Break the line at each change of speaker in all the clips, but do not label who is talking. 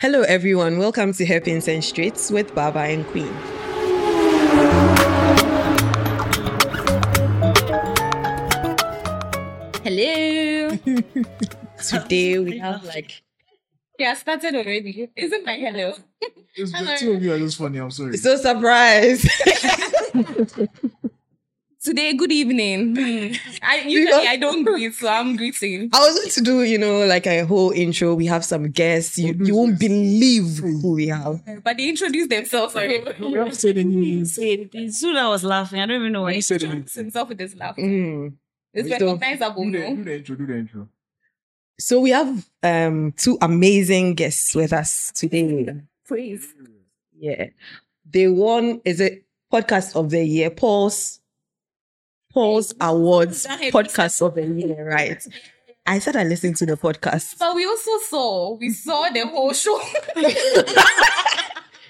Hello, everyone. Welcome to Hairpins and Streets with Baba and Queen.
Hello.
Today we
I
have
was like, yeah, I started already. Isn't my hello?
It's the
Hello.
two of you are just funny. I'm sorry.
so surprised.
Today, good evening. Hmm. I usually I don't do it, so I'm greeting.
I was going to do, you know, like a whole intro. We have some guests. You, you won't believe who we have.
But they introduced themselves already.
we haven't said any news.
Insane. Soon I was laughing. I don't even know why.
You said it.
Introduced himself with his laugh.
Mm.
It's
We don't- Mm-hmm.
recognizable,
Do the,
no?
do the intro. Do the intro.
So we have um two amazing guests with us today.
Please.
Yeah. They won is it podcast of the year, Paul's Paul's Awards
That
podcast of the year, right? I said I listened to the podcast.
But we also saw, we saw the whole show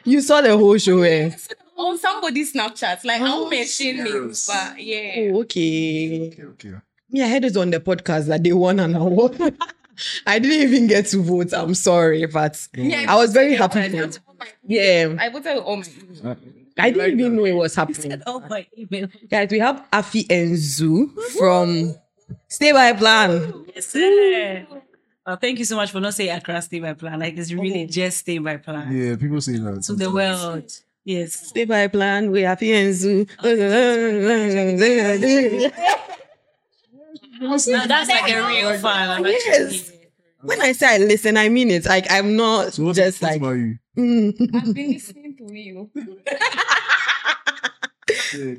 You saw the whole show, eh?
on somebody's Snapchat. Like, I won't mention names,
serious?
but yeah.
Oh, okay.
Okay. Okay.
Me, I heard it on the podcast that they won an award. I didn't even get to vote. I'm sorry, but
Don't
Yeah,
worry.
I was very
Yeah,
happy
I
for
voted all oh my-
yeah.
I voted all my.
Uh,
I didn't
like
even
that.
know it was happening.
Oh my email.
Guys, we have Afi Enzu from Stay by Plan.
Yes, sir. Well, thank you so much for not saying Accra stay by plan. Like it's really just stay by plan
Yeah, people say that.
to the
sometimes.
world. Yes.
Stay by Plan with Afi Enzu.
People say
Now, that's like a real fan. I'm actually
Yes.
kidding.
When I say I listen, I mean it. Like I'm not
So what,
just
what
like
about you?
mm.
I've been listening to you.
Yeah.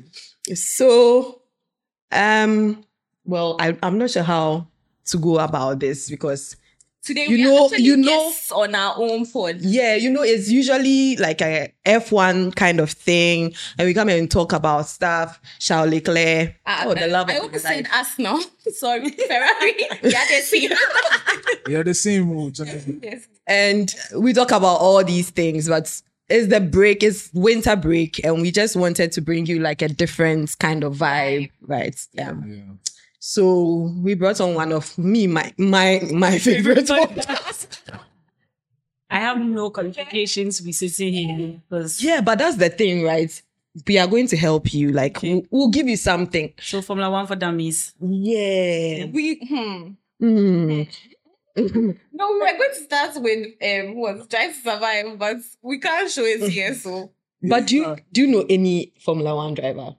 so um well I, I'm not sure how to go about this because
Today
You
we
know-
are actually
you know-
guests on our own phone.
Yeah, you know, it's usually like a F1 kind of thing. And we come and talk about stuff. Charles Leclerc.
Ah,
oh, the love
I
of my
almost said
life.
us now. Sorry, Ferrari. yeah, they see.
You're the same. old child.
Yes.
And we talk about all these things, but it's the break, it's winter break. And we just wanted to bring you like a different kind of vibe, right?
Yeah.
Um,
Yeah.
so we brought on one of me, my my my favorite podcast.
I have no qualifications to be sitting here because
yeah, but that's the thing, right? We are going to help you. Like
Okay.
we'll, we'll give you something.
so Formula One for dummies.
Yeah.
We hmm.
Mm.
No, we were going to start with um who was trying to survive, but we can't show it here, so
But do you do you know any Formula One driver?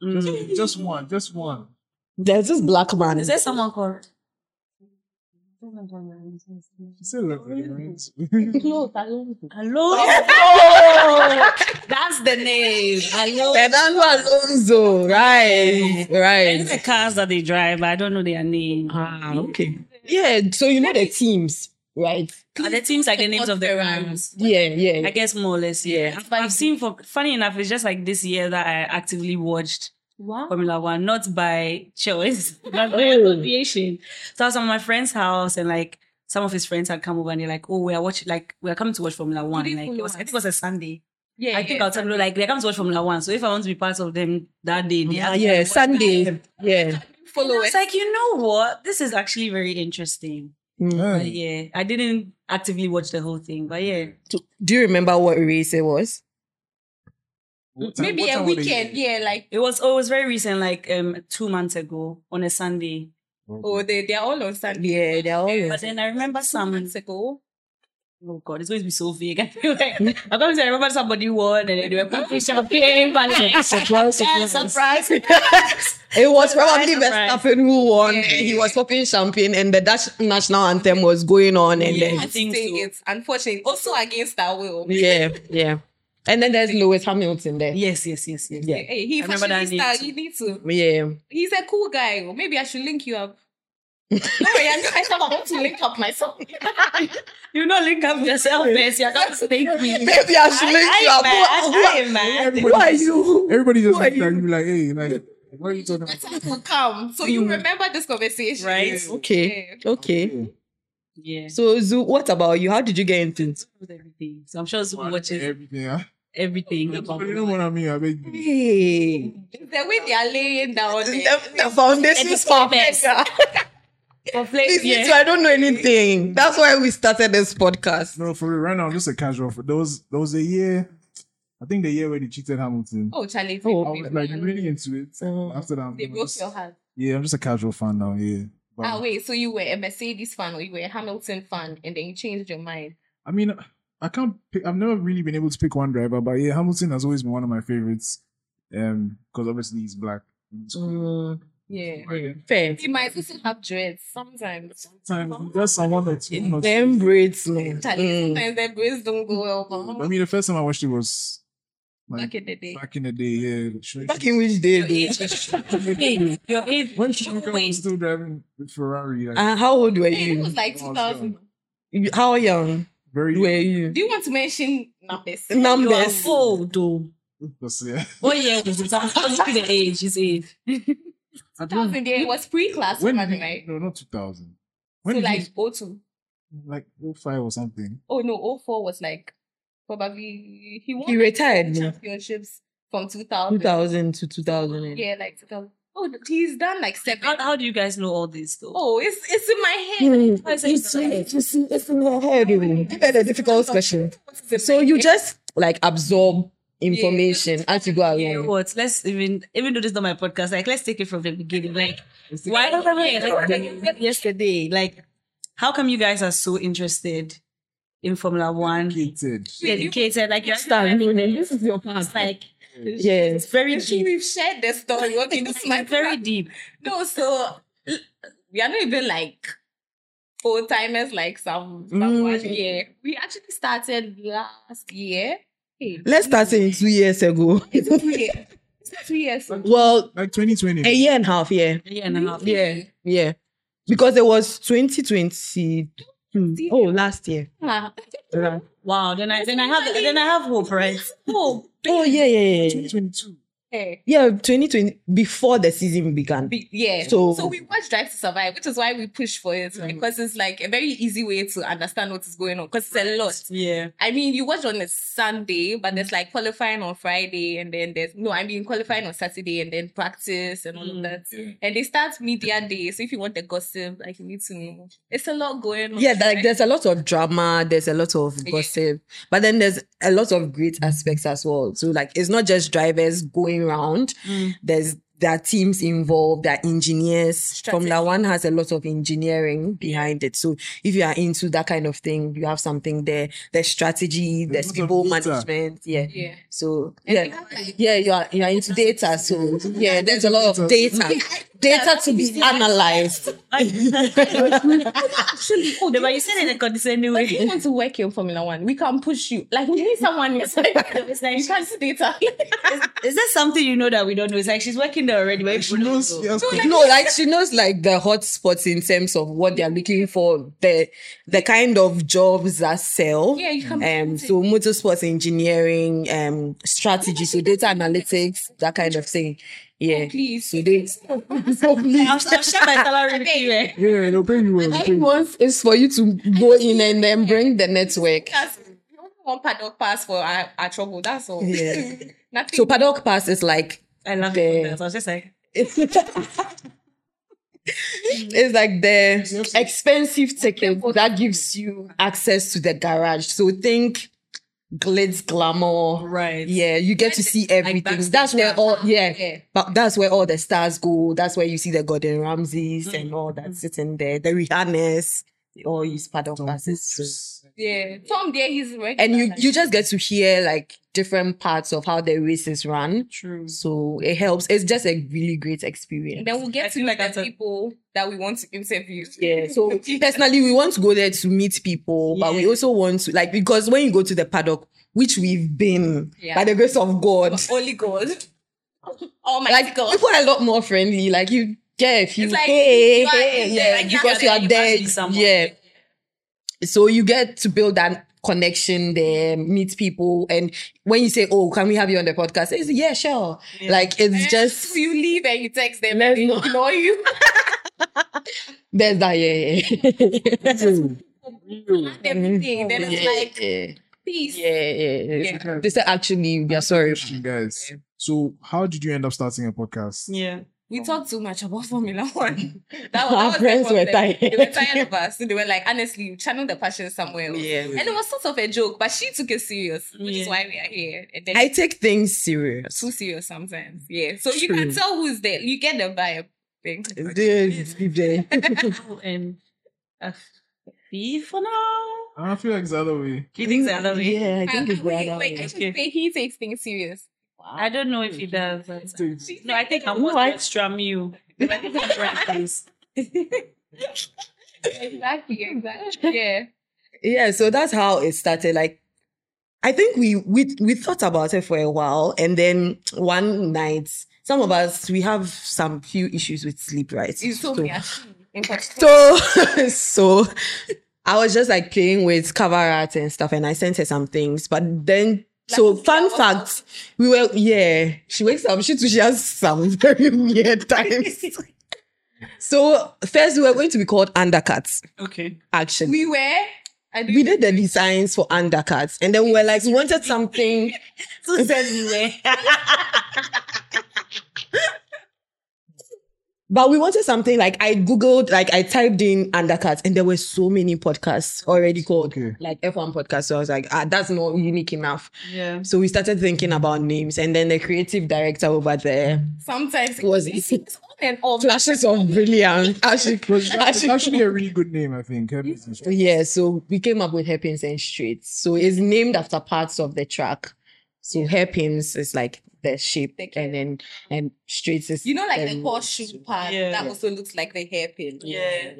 Mm.
Just one. Just one.
There's this black man.
Is there someone called?
You say like that, right?
no,
Hello. Oh, that's the name. Hello.
Fernando Alonso, right,
It's the
right.
cars that they drive, but I don't know their name.
Ah, okay. Yeah, so you know the teams, right?
Are the teams like the names of the
Ferrari.
rounds?
Yeah, yeah.
I guess more or less, yeah.
Yeah.
I've, I've seen for funny enough, it's just like this year that I actively watched
wow.
Formula One, not by choice,
Oh,
not by association. So I was at my friend's house and like some of his friends had come over and they're like, Oh, we are watching like we are coming to watch Formula One.
they
Like it
follow
was, I think
us?
it was a Sunday.
Yeah,
I think I'll tell you like we are coming to watch Formula One. So if I want to be part of them that day, they
yeah,
asked me
yeah.
to watch that.
Sunday. Yeah.
And I
follow
was
it.
like, you know what? This is actually very interesting.
Mm.
But yeah, I didn't actively watch the whole thing, but yeah.
Do do you remember what race it was?
What time-
Maybe
what
a
time were they-
weekend, yeah, like
It was oh, it was very recent, like um two months ago on a Sunday.
oh they they're all on Sunday.
Yeah, they're all.
But then I remember
Some
some.
months ago.
Oh God, it's going to be so vague. I feel like I'm going to remember somebody won and then they were pumping champagne. But like, surprise, surprise, surprise.
It was probably
surprise.
Verstappen who won.
Yeah.
He was popping champagne, and the Dutch national anthem was going on, and then
I think
Saying
so.
It's unfortunate. Also against our will.
Yeah, yeah. And then there's Lewis Hamilton there.
Yes, yes, yes, yes.
Yeah.
Hey, he
I remember that
fashionista,
name
you need to
Yeah.
He's a cool guy. oh. Maybe I should link you up. no, worry, I know- I thought I want to link up myself.
You know, link up yourself, Bessie. I can't think me.
Maybe I should link you up. Who-
I, I, am mad.
Who, who are you?
Everybody just
Who are
looked at you like, hey, like, what are you talking about?
Better will come. So you remember this conversation,
Right.
Hmm. Okay. Okay.
Yeah. So,
So, Zu, what about you? How did you get into it?
everything. So I'm sure Zoom
Wow,
watches
everything. Huh?
everything about
You know what I mean? I beg you.
Hey.
The way they are laying down.
The,
eh,
the foundation is for
It's the best. For flavor,
Please, me too, I don't know anything. That's why we started this podcast.
No, for real, right now, just a casual. For, there was there was a year, I think the year where they cheated Hamilton.
Oh, Charlie.
Oh,
I was like really into it.
Oh.
After that, I'm
they broke
just-
your heart.
yeah, I'm just a casual fan now. Yeah. But,
Ah, wait. So you were a Mercedes fan or you were a Hamilton fan, and then you changed your mind.
I mean, I can't. Pick, I've never really been able to pick one driver, but yeah, Hamilton has always been one of my favorites. Um, because obviously he's black.
Mm,
Yeah.
fair.
He might also have dreads sometimes.
Sometimes there's someone that's.
Them braids, man.
Charlie,
Mm.
sometimes their braids don't go well.
I
But
mean, the first time I watched it was
Mm.
like
back in the day.
back in the day. Yeah, Sri-
Back in which day? dude?
Hey, your age.
when Sri Lanka
Wait.
was still driving with Ferrari,
Ah,
like,
Uh, how old were
Hey, it
you?
was like 2000.
You- How young
very
were you?
Do you want to mention numbers?
You are
Numbers.
old, though.
because, yeah.
Oh yeah, it's it's- it's the age. His age.
I don't-
2000 there was pre-class
when
one,
did he-
right?
no, not two thousand. When
So
did he-
like 02.
like 05 or something.
Oh no, 04 was like probably he won
He
like
retired, yeah.
championships from 2000.
2000 to 2000. and-
Yeah, like 2000. Oh, he's done like seven.
How, how do you guys know all this though?
Oh, it's it's in my head.
Mm.
Why is it
It's,
like-
it's, it's in your head. You You had a difficult question. So you just like absorb information as you go
You know
along.
what? Let's even even though this is not my podcast, like let's take it from the beginning. Like why don't I like, like you said yesterday? Like how come you guys are so interested in Formula One?
Gated.
Dedicated, like you're
This is your past.
like
Yes.
it's very
Actually,
deep.
we've shared the story. Okay, this is my
It's very deep.
no. So we are not even like old timers, like some someone.
Mm.
Yeah, we actually started last year. Hey,
Let's start saying two years ago.
it's two years. It's two years. ago.
well,
Like 2020.
a year and a half, yeah.
Yeah, and a half.
Yeah, yeah. Because it was 2020.
year.
Oh, last year.
Ah,
Wow. Then I then I have then I have hope, right?
Oh,
Oh, yeah, yeah, yeah, yeah.
2022.
yeah.
Yeah, 2020, before the season began.
Be- yeah.
So-
So, we watch Drive to Survive, which is why we push for it because it's like a very easy way to understand what is going on because it's a lot.
Yeah.
I mean, you watch on a Sunday, but there's like qualifying on Friday, and then there's no, I mean, qualifying on Saturday, and then practice and all
Mm.
of that.
Yeah.
And they start media day, so if you want the gossip, like you need to know. It's a lot going on.
Yeah, like
right?
there's a lot of drama, there's a lot of
Yeah.
gossip, but then there's a lot of great aspects as well. So like it's not just drivers going around.
Mm.
There's there are teams involved, there are engineers. Formula
Strategy.
One has a lot of engineering behind it. So if you are into that kind of thing, you have something there. There's strategy,
There's
there's
a lot
people
of data.
management. Yeah.
Yeah.
So
And
yeah.
they have, like-
yeah, you are you are into data. So yeah, there's a lot of data. Data to be analyzed.
Actually, oh,
No,
do
but
you-
you said it in a condescending
but if you
way.
want to work in Formula One, we can push you. Like, we need someone. It's like,
It's like-
you can't do data.
Is, is there something you know that we don't know? It's like she's working there already, but
She knows. Yes,
no, like she knows like the hot spots in terms of what they are looking for, the the kind of jobs that sell.
yeah, you can.
Um, so motorsports engineering, um, strategy, so data analytics, that kind of thing. Yeah.
Oh, please.
So they so
I'll, I'll
please.
share my salary with you. eh?
yeah, they'll pay you well. they'll pay you.
Once is for you to go in and then bring the network.
That's one paddock pass for our, our trouble. That's all.
Yeah.
Nothing.
So paddock pass is like
I love
Damn.
it. I was just like,
it's it's like the expensive ticket that gives you access to the garage. So think glitz glamour.
right.
Yeah, you get to see everything.
backstage
That's where all yeah,
Yeah.
but that's where all the stars go. That's where you see the Gordon Ramsays
Mm-hmm.
and all that sitting there. The Rihanna's, they all use paddock
Tom
passes. So-
Cruise.
Yeah. Tom there, he's regular.
And you
like-
you just get to hear like different parts of how the races run.
True.
So it helps. It's just a really great experience.
And then we'll
I
get to
feel like
like
that's
the
a-
people that we want to interview.
Yeah. So personally, we want to go there to meet people, but we
Yeah.
also want to like because when you go to the paddock, which we've been
Yeah.
by the grace of God,
But only God. Oh my
like
God.
people are a lot more friendly. Like you get a few
It's like,
hey,
you are
hey,
in
yeah,
there, like, you
because
are
you are
there, you
there.
must be someone.
yeah. So you get to build that connection there, meet people, and when you say, "Oh, can we have you on the podcast?" It's yeah, sure.
Yeah.
Like it's
And
just
you leave and you text them.
Let's
and they
not-
ignore you.
there's that yeah,
and everything. Then
yeah,
it's
yeah,
like
yeah.
peace.
yeah, yeah, yeah.
Yeah.
They said actually, we are sorry.
Question, guys. So, how did you end up starting a podcast?
Yeah.
We talked too much about Formula One. that was,
Our
that was
friends
their
were
problem. They were
tired.
tired of us. So they were like, honestly, channel the passion somewhere else.
Yeah.
And it was sort of a joke, but she took it serious, which is
Yeah.
why we are here. And then
I take things serious.
too serious sometimes. Yeah. So you can
True.
tell who's there. You get the vibe. Thing.
Oh, and a fee for now.
I feel like it's the other way.
He thinks the other way.
Yeah, I
Uh,
think it's the
wait,
other
wait, I
way.
should
Okay.
say he takes things serious.
I don't know if he does. but-
It's-
No, I think I'm
Why?
going to strum you. I think that's right, thanks.
exactly, exactly. Yeah.
Yeah, so that's how it started. Like, I think we we we thought about it for a while, and then one night, some of us we have some few issues with sleep, right?
You told
So-
me. actually, in particular.
So, so I was just like playing with cover art and stuff, and I sent her some things. But then, so
Like,
fun
yeah,
fact, we were yeah. She wakes up. She too. She has some very weird times. so first, we were going to be called undercuts.
Okay.
Actually,
We were. I do
we did the designs for undercuts, and then we were like, we wanted something.
So says you
But we wanted something like I googled, like I typed in undercuts, and there were so many podcasts already called
Okay.
like F1 podcast. So I was like, ah, that's not unique enough.
Yeah.
So we started thinking about names, and then the creative director over there
sometimes.
Was it-
it's it's on and off.
flashes of brilliance. Actually,
It's
actually-
actually a really good name, I think. Herpes and Straight.
yeah. So we came up with hairpins and streets. So it's named after parts of the track. So hairpins is like the shape,
The
and then and streets is
You know, like the
um,
horseshoe part
Yeah.
that also looks like the hairpin.
Yeah.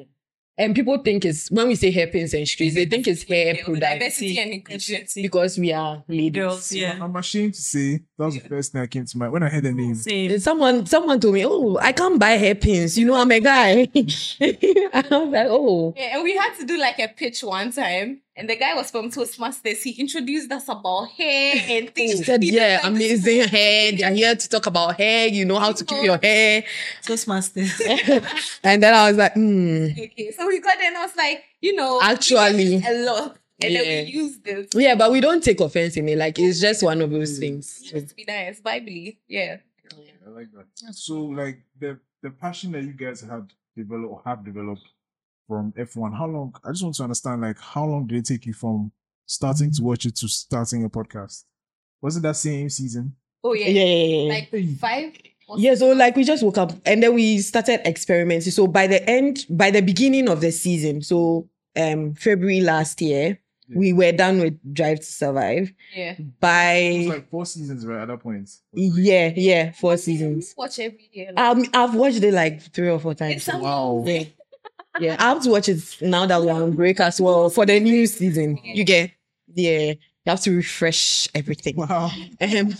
And people think it's when we say hairpins and streets, they think it's hair
Yeah, with
products
diversity and inclusion.
because we are ladies.
Girls, yeah.
I'm ashamed to say that was the first thing that came to mind when I heard the name.
Same.
Someone someone told me, Oh, I can't buy hairpins. You know, I'm a guy. I was like, Oh,
Yeah, and we had to do like a pitch one time, and the guy was from Toastmasters. He introduced us about hair and
She
things.
said,
He
Yeah,
just like-
amazing hair. They are here to talk about hair, you know how to keep your hair.
Toastmasters.
and then I was like, Hmm.
Okay, so we got there and I was like, you know,
Actually.
a lot, and then we
Yeah.
used this.
Yeah, but we don't take offense in it. Like it's just one of
Mm.
those things.
Just be nice, Bible. Yeah.
I like that. So, like the the passion that you guys had developed or have developed from F1, how long? I just want to understand, like, how long did it take you from starting to watch it to starting a podcast? Was it that same season?
Oh
Yeah,
yeah.
yeah, yeah, yeah.
Like five. or
Yeah, so like we just woke up and then we started experimenting. So by the end, by the beginning of the season, so um February last year,
Yeah.
we were done with Drive to Survive.
six. Yeah.
It was
By
like four seasons, right? At that point,
yeah, yeah, four seasons. Ah,
Watch every year. like-
Um, I've watched it like three or four times.
It's amazing.
Wow.
Yeah. Yeah, I have to watch it now that we're on break as well for the new season. You get, yeah, you have to refresh everything.
wow.
Um,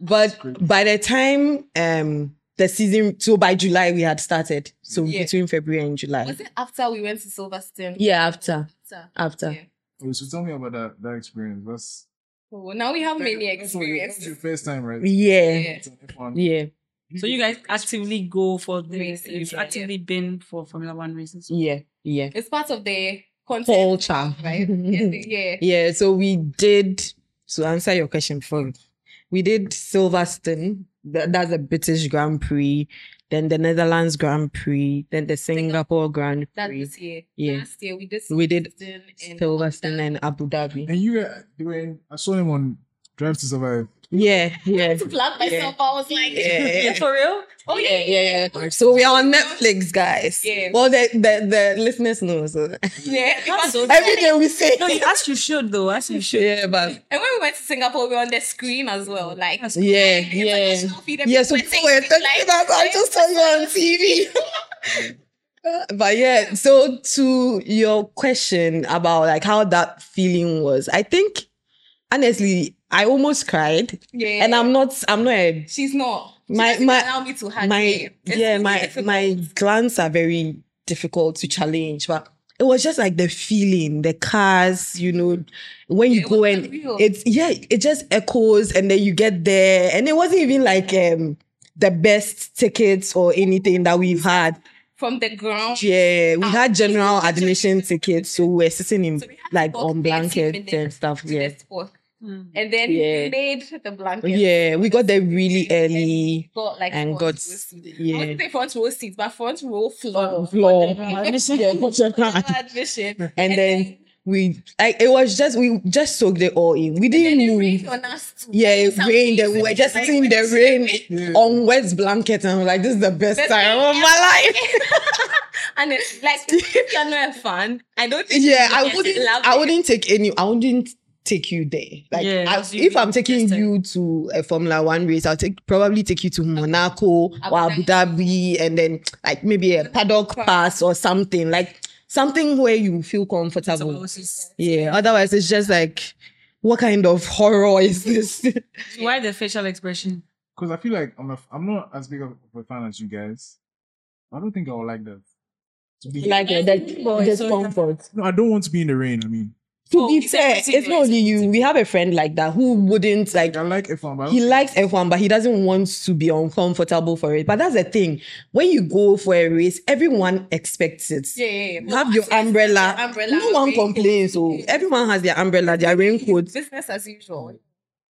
but
great.
by the time um the season, so by July we had started. So
Yeah.
between February and July.
was it after we went to Silverstone?
Yeah, after
After.
after.
Yeah.
Okay, Oh, so tell me about that that experience. That's
Oh, now we have many
That's what you- that's
experiences.
your first time, right?
Yeah,
Yeah.
It's an F1.
yeah,
So you guys actively go for the
Races,
You've
yeah,
actively been for Formula One races.
yeah, yeah.
It's part of the concept,
Culture.
right? yeah, the- yeah.
Yeah, so we did to answer your question for we did Silverstone. That, that's the British Grand Prix, then the Netherlands Grand Prix, then the Singapore Grand
That
Prix.
this year.
Yeah.
Last year we did.
We did
Silverstone and-
Silverstone and Abu Dhabi.
And you, were- you were in- I saw him on Drive to Survive.
Yeah, yeah.
Clap myself. I was like,
Yeah.
for real?
oh yeah,
Yeah, yeah, yeah. So we are on Netflix, guys.
Yeah.
Well, the the, the listeners know. So
yeah.
That's so-
every day we say.
No, you, as you should though. As you should.
Yeah, but
And when we went to Singapore, we were on the screen as well. Like,
yeah,
It's like
yeah,
a selfie that
yeah. So
people
people
were
were
taking,
talking about. I
like-
just saw you on TV. but yeah, so to your question about like how that feeling was, I think honestly, I almost cried,
yeah.
and I'm not. I'm not a
She's not. She
My-
doesn't
my-
allow me to hug
my
you. It's
yeah
really
my
difficult.
my glance are very difficult to challenge but it was just like the feeling the cars you know when you
It
go
was
and
unreal.
it's yeah it just echoes and then you get there and it wasn't even like um the best tickets or anything that we've had
from the ground.
yeah we
Ah.
had general admission tickets so we we're sitting in
So we had to
like
walk
on
30
blankets
minutes
and stuff
to the
yeah
spot.
Hmm.
And then
Yeah.
he made the blanket.
Yeah, we got there really early
Got like
and
front
got
row seats. I
yeah.
wouldn't say front row seats, but front row floor.
Floor. Yeah,
Whatever.
got your
Whatever
time.
admission.
and then we like it was just we just soaked it all in. We
and then
didn't
it rained
move.
on us too.
Yeah, it
Some
rained and
days
we
it
were
was
just
like
sitting in the rain
Yeah.
on wet blankets and we're like, this is the best
Best
time of
time
my life.
and it's like if you're not a fan. I don't think
yeah,
you
I
can
wouldn't
love
I
it.
wouldn't take any I wouldn't take you there. Like
Yeah,
I-
because you
if I'm
really
taking
tested.
you to a Formula One race, I'll take probably take you to Monaco or Abu
Abu
Dhabi and then like maybe a paddock
Pass.
pass or something. Like something where you feel
So
comfortable.
it's just-
Yeah. Otherwise it's just like what kind of horror is this?
Why the facial expression?
Because I feel like I'm a, I'm not as big of a fan as you guys. I don't think I would like that. To be,
like uh, that discomfort.
no, I don't want to be in the rain. I mean,
To
Oh,
be
it's a
fair,
particular-
it's not only you. We have a friend like that who wouldn't like
like, I like F1, but I don't-
he likes F1, but he doesn't want to be uncomfortable for it. But that's the thing. When you go for a race, everyone expects it.
Yeah, yeah, yeah.
You have your umbrella.
Umbrella,
No one
okay.
complains. So everyone has their umbrella, their raincoat.
Business as usual.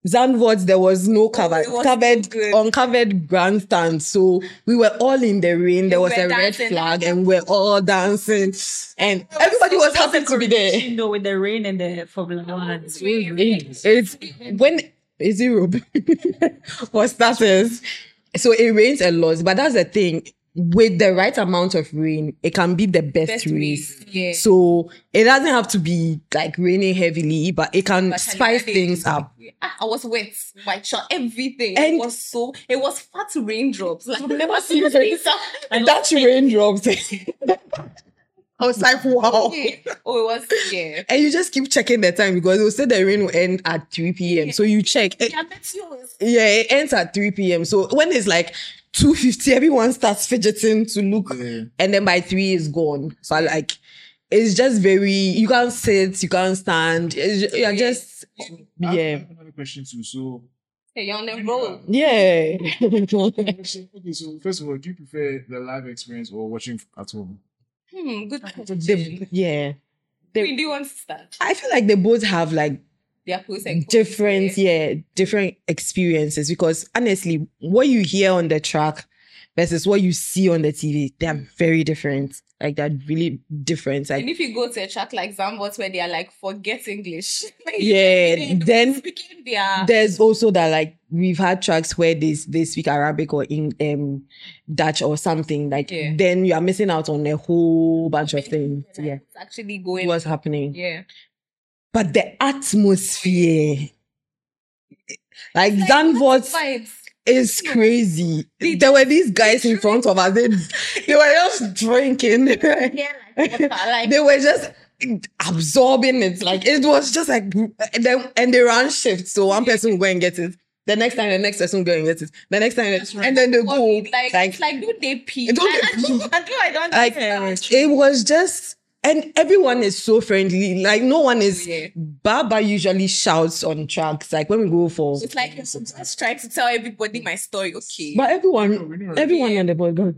Zandvoort, there was no cover,
it was
covered,
so good.
uncovered grandstand. So we were all in the rain. There
We
was
were
a red
dancing.
flag, and we're all dancing. And everybody was happy to be there.
You know, with the rain and the Formula One. It's really-
It's when is Europe or starters. So it rains a lot, but that's the thing. With the right amount of rain, it can be the best,
Best
race.
race, yeah.
So it doesn't have to be like raining heavily, but it can
But I
spice
love it.
things up.
Ah, I was wet, white shirt, everything.
And-
it was so it was fat raindrops. Like I've never seen this.
And that raindrops. I was like, wow.
oh, it was yeah.
And you just keep checking the time because it will say the rain will end at 3 p.m. So you check. eh,
Yeah, I bet you was
Yeah, it ends at 3 p.m. So when it's like 2.50, everyone starts fidgeting to look.
Yeah.
And then by 3, it's gone. So like, it's just very, you can't sit, you can't stand. It's, ju- you're
Yeah.
just,
I have- I
yeah.
have another question too. So,
hey, you're on the road.
Yeah.
okay, so first of all, do you prefer the live experience or watching at home?
Hmm, good. question.
They- yeah.
Queen, do you want to start?
I feel like they both have like
They are posting
different yeah different experiences because honestly what you hear on the track versus what you see on the tv they are very different like they're really different
And
like
if you go to a track like Zambot where they are like forget English, Like,
Yeah,
they don't
then-
speak in their
there's also that like we've had tracks where they, they speak arabic or in um dutch or something like
Yeah.
then you are missing out on a whole bunch of things yeah
It's actually going.
what's happening
yeah,
but the atmosphere like, like Danvers
vibes.
It's crazy.
They
there were these guys in
drink.
front of us. They, they were just drinking. they
Yeah, like water, like
were just absorbing it. Like it was just like and then and they ran shifts. So one person would go and get it. The next time, the next person would go and get it. The next time, and then they go
Like, like,
like,
it's like, do they pee?
Don't
I,
they
I don't, I don't, I don't
Like,
care.
it was just and everyone is so friendly. Like no one is.
Yeah.
Baba usually shouts on tracks. Like when we go for.
It's like I'm just trying to tell everybody my story, okay?
But
No, Oh, we
everyone,
know.
everyone on the board goes.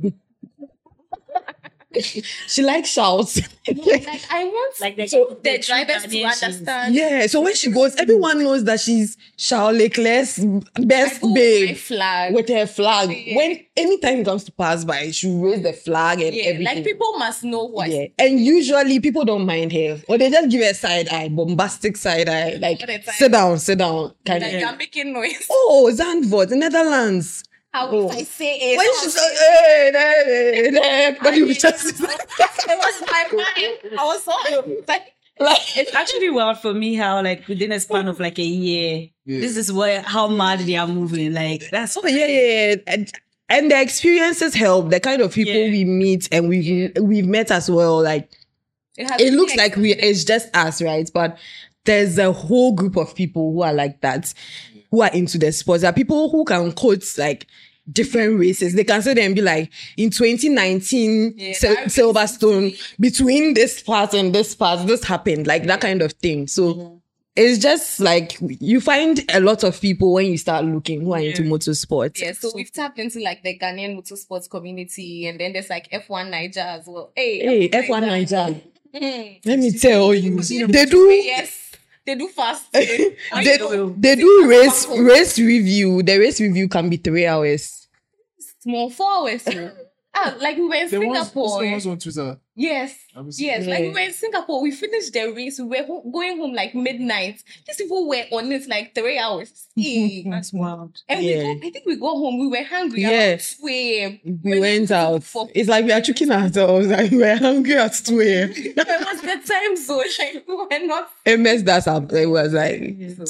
she likes shouts.
like I want
Like the-
so the
the
drivers to
Kardashians.
understand.
yeah, so when she goes, everyone knows that she's Charles Leclerc's
I
best
go with my
babe
flag.
with her flag.
Yeah.
When anytime it comes to pass by, she raise the flag and
yeah,
everything.
like people must know what.
yeah, and usually people don't mind her, or they just give her side eye, bombastic side eye, like
All the time.
sit down, sit down, kind
Like
of.
I'm making noise.
Oh, Zandvoort, Netherlands.
How
Oh.
if I say it?
When
how
she's
I
like,
say it?
hey, hey, hey, everybody was just
it was my mind. I was so like,
like,
It's actually wild for me how, like, within a span of like a year,
Yeah.
this is where how mad they are moving. Like, that's
oh yeah, yeah, yeah. And, and the experiences help. The kind of people
Yeah.
we meet and we've we've met as well. Like
has
it looks
been
like we
exciting.
it's just us, right? But there's a whole group of people who are like that, who are into the sports. There are people who can quote like different races. They can say them be like in 2019
Yeah,
Sil-
that-
Silverstone between this part and this part, this happened, like that kind of thing. So
Mm-hmm.
it's just like you find a lot of people when you start looking who are into motorsports.
Yeah, so we've tapped into like the Ghanaian motorsports community, and then there's like F1 Niger as well.
Hey,
Hey,
F1 Niger,
Mm.
let me tell you,
seen
they do
Yes, They do fast.
they, they do race race review. The race review can be three hours.
small four hours. no. ah, like we were in
There was,
Singapore.
there was on Twitter.
yes.
I was-
Yes, like we
Yeah.
were in Singapore, we finished the race. We were ho- going home like midnight. These people were on it like three hours. Eh.
That's wild.
and
Yeah.
we got, I think we got home. We were hungry.
Yes.
We
We went out.
For-
It's like we are tricking ourselves. Like we are hungry at two a.m.
it was the time zone. Like we were not.
It messed us up. It was like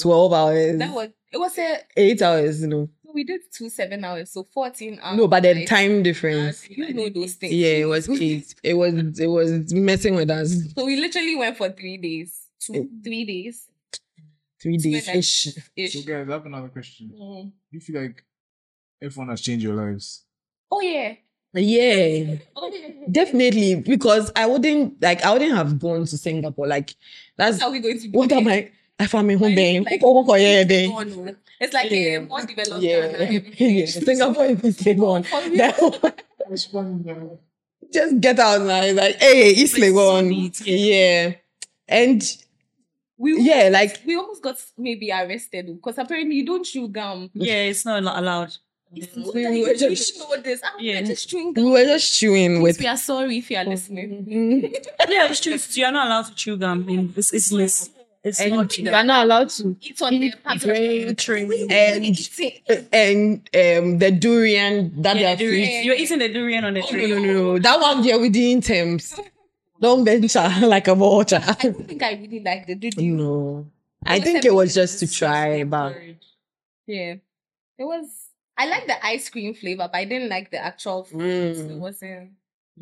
twelve hours,
That was. It was a.
eight hours. You know,
We did two seven hours, so fourteen hours.
no, but the
Like,
time difference.
You know those things.
Yeah, it was eight. It was it was messing with us
So we literally went for three days.
Eh.
Two, three days.
three days
Twilight.
ish.
Ish.
So guys, I have another question. Do
Mm.
you feel like F1 has changed your lives?
Oh yeah.
Yeah.
Oh yeah.
Definitely, because I wouldn't like I wouldn't have gone to Singapore. Like that's
How are we going to? do
what
this?
am I I found my home
Like,
being
like,
yeah.
Oh, no. It's like
Yeah.
a more developed.
Yeah.
Ghana.
yeah. Singapore is the same one.
For real.
That-
It's fun.
Just get out now. It's like, hey, East
Like,
Legon.
sweet.
Yeah. And
We
yeah, like
we almost got maybe arrested because apparently you don't chew gum.
Yeah, it's not al- allowed.
we
You
were
don't
just-
know this. Ah,
Yeah.
we're just chewing
we
gum.
were just chewing with
We are sorry if you are listening.
Mhm.
Yeah, it's true. You are not allowed to chew gum in this It's list. It's
and
not
you are not allowed to
It's on the
drink
Drink.
and and um the durian that
Yeah, the
they are free.
durian. You're eating the durian on the
Oh, no,
tree.
no, no, no. That one there we didn't terms. Don't venture like a vulture.
I don't think I really like the dude.
no. I
It was
think it was
everything.
just to try, but
Yeah. It was I like the ice cream flavor, but I didn't like the actual food.
Mm.
It wasn't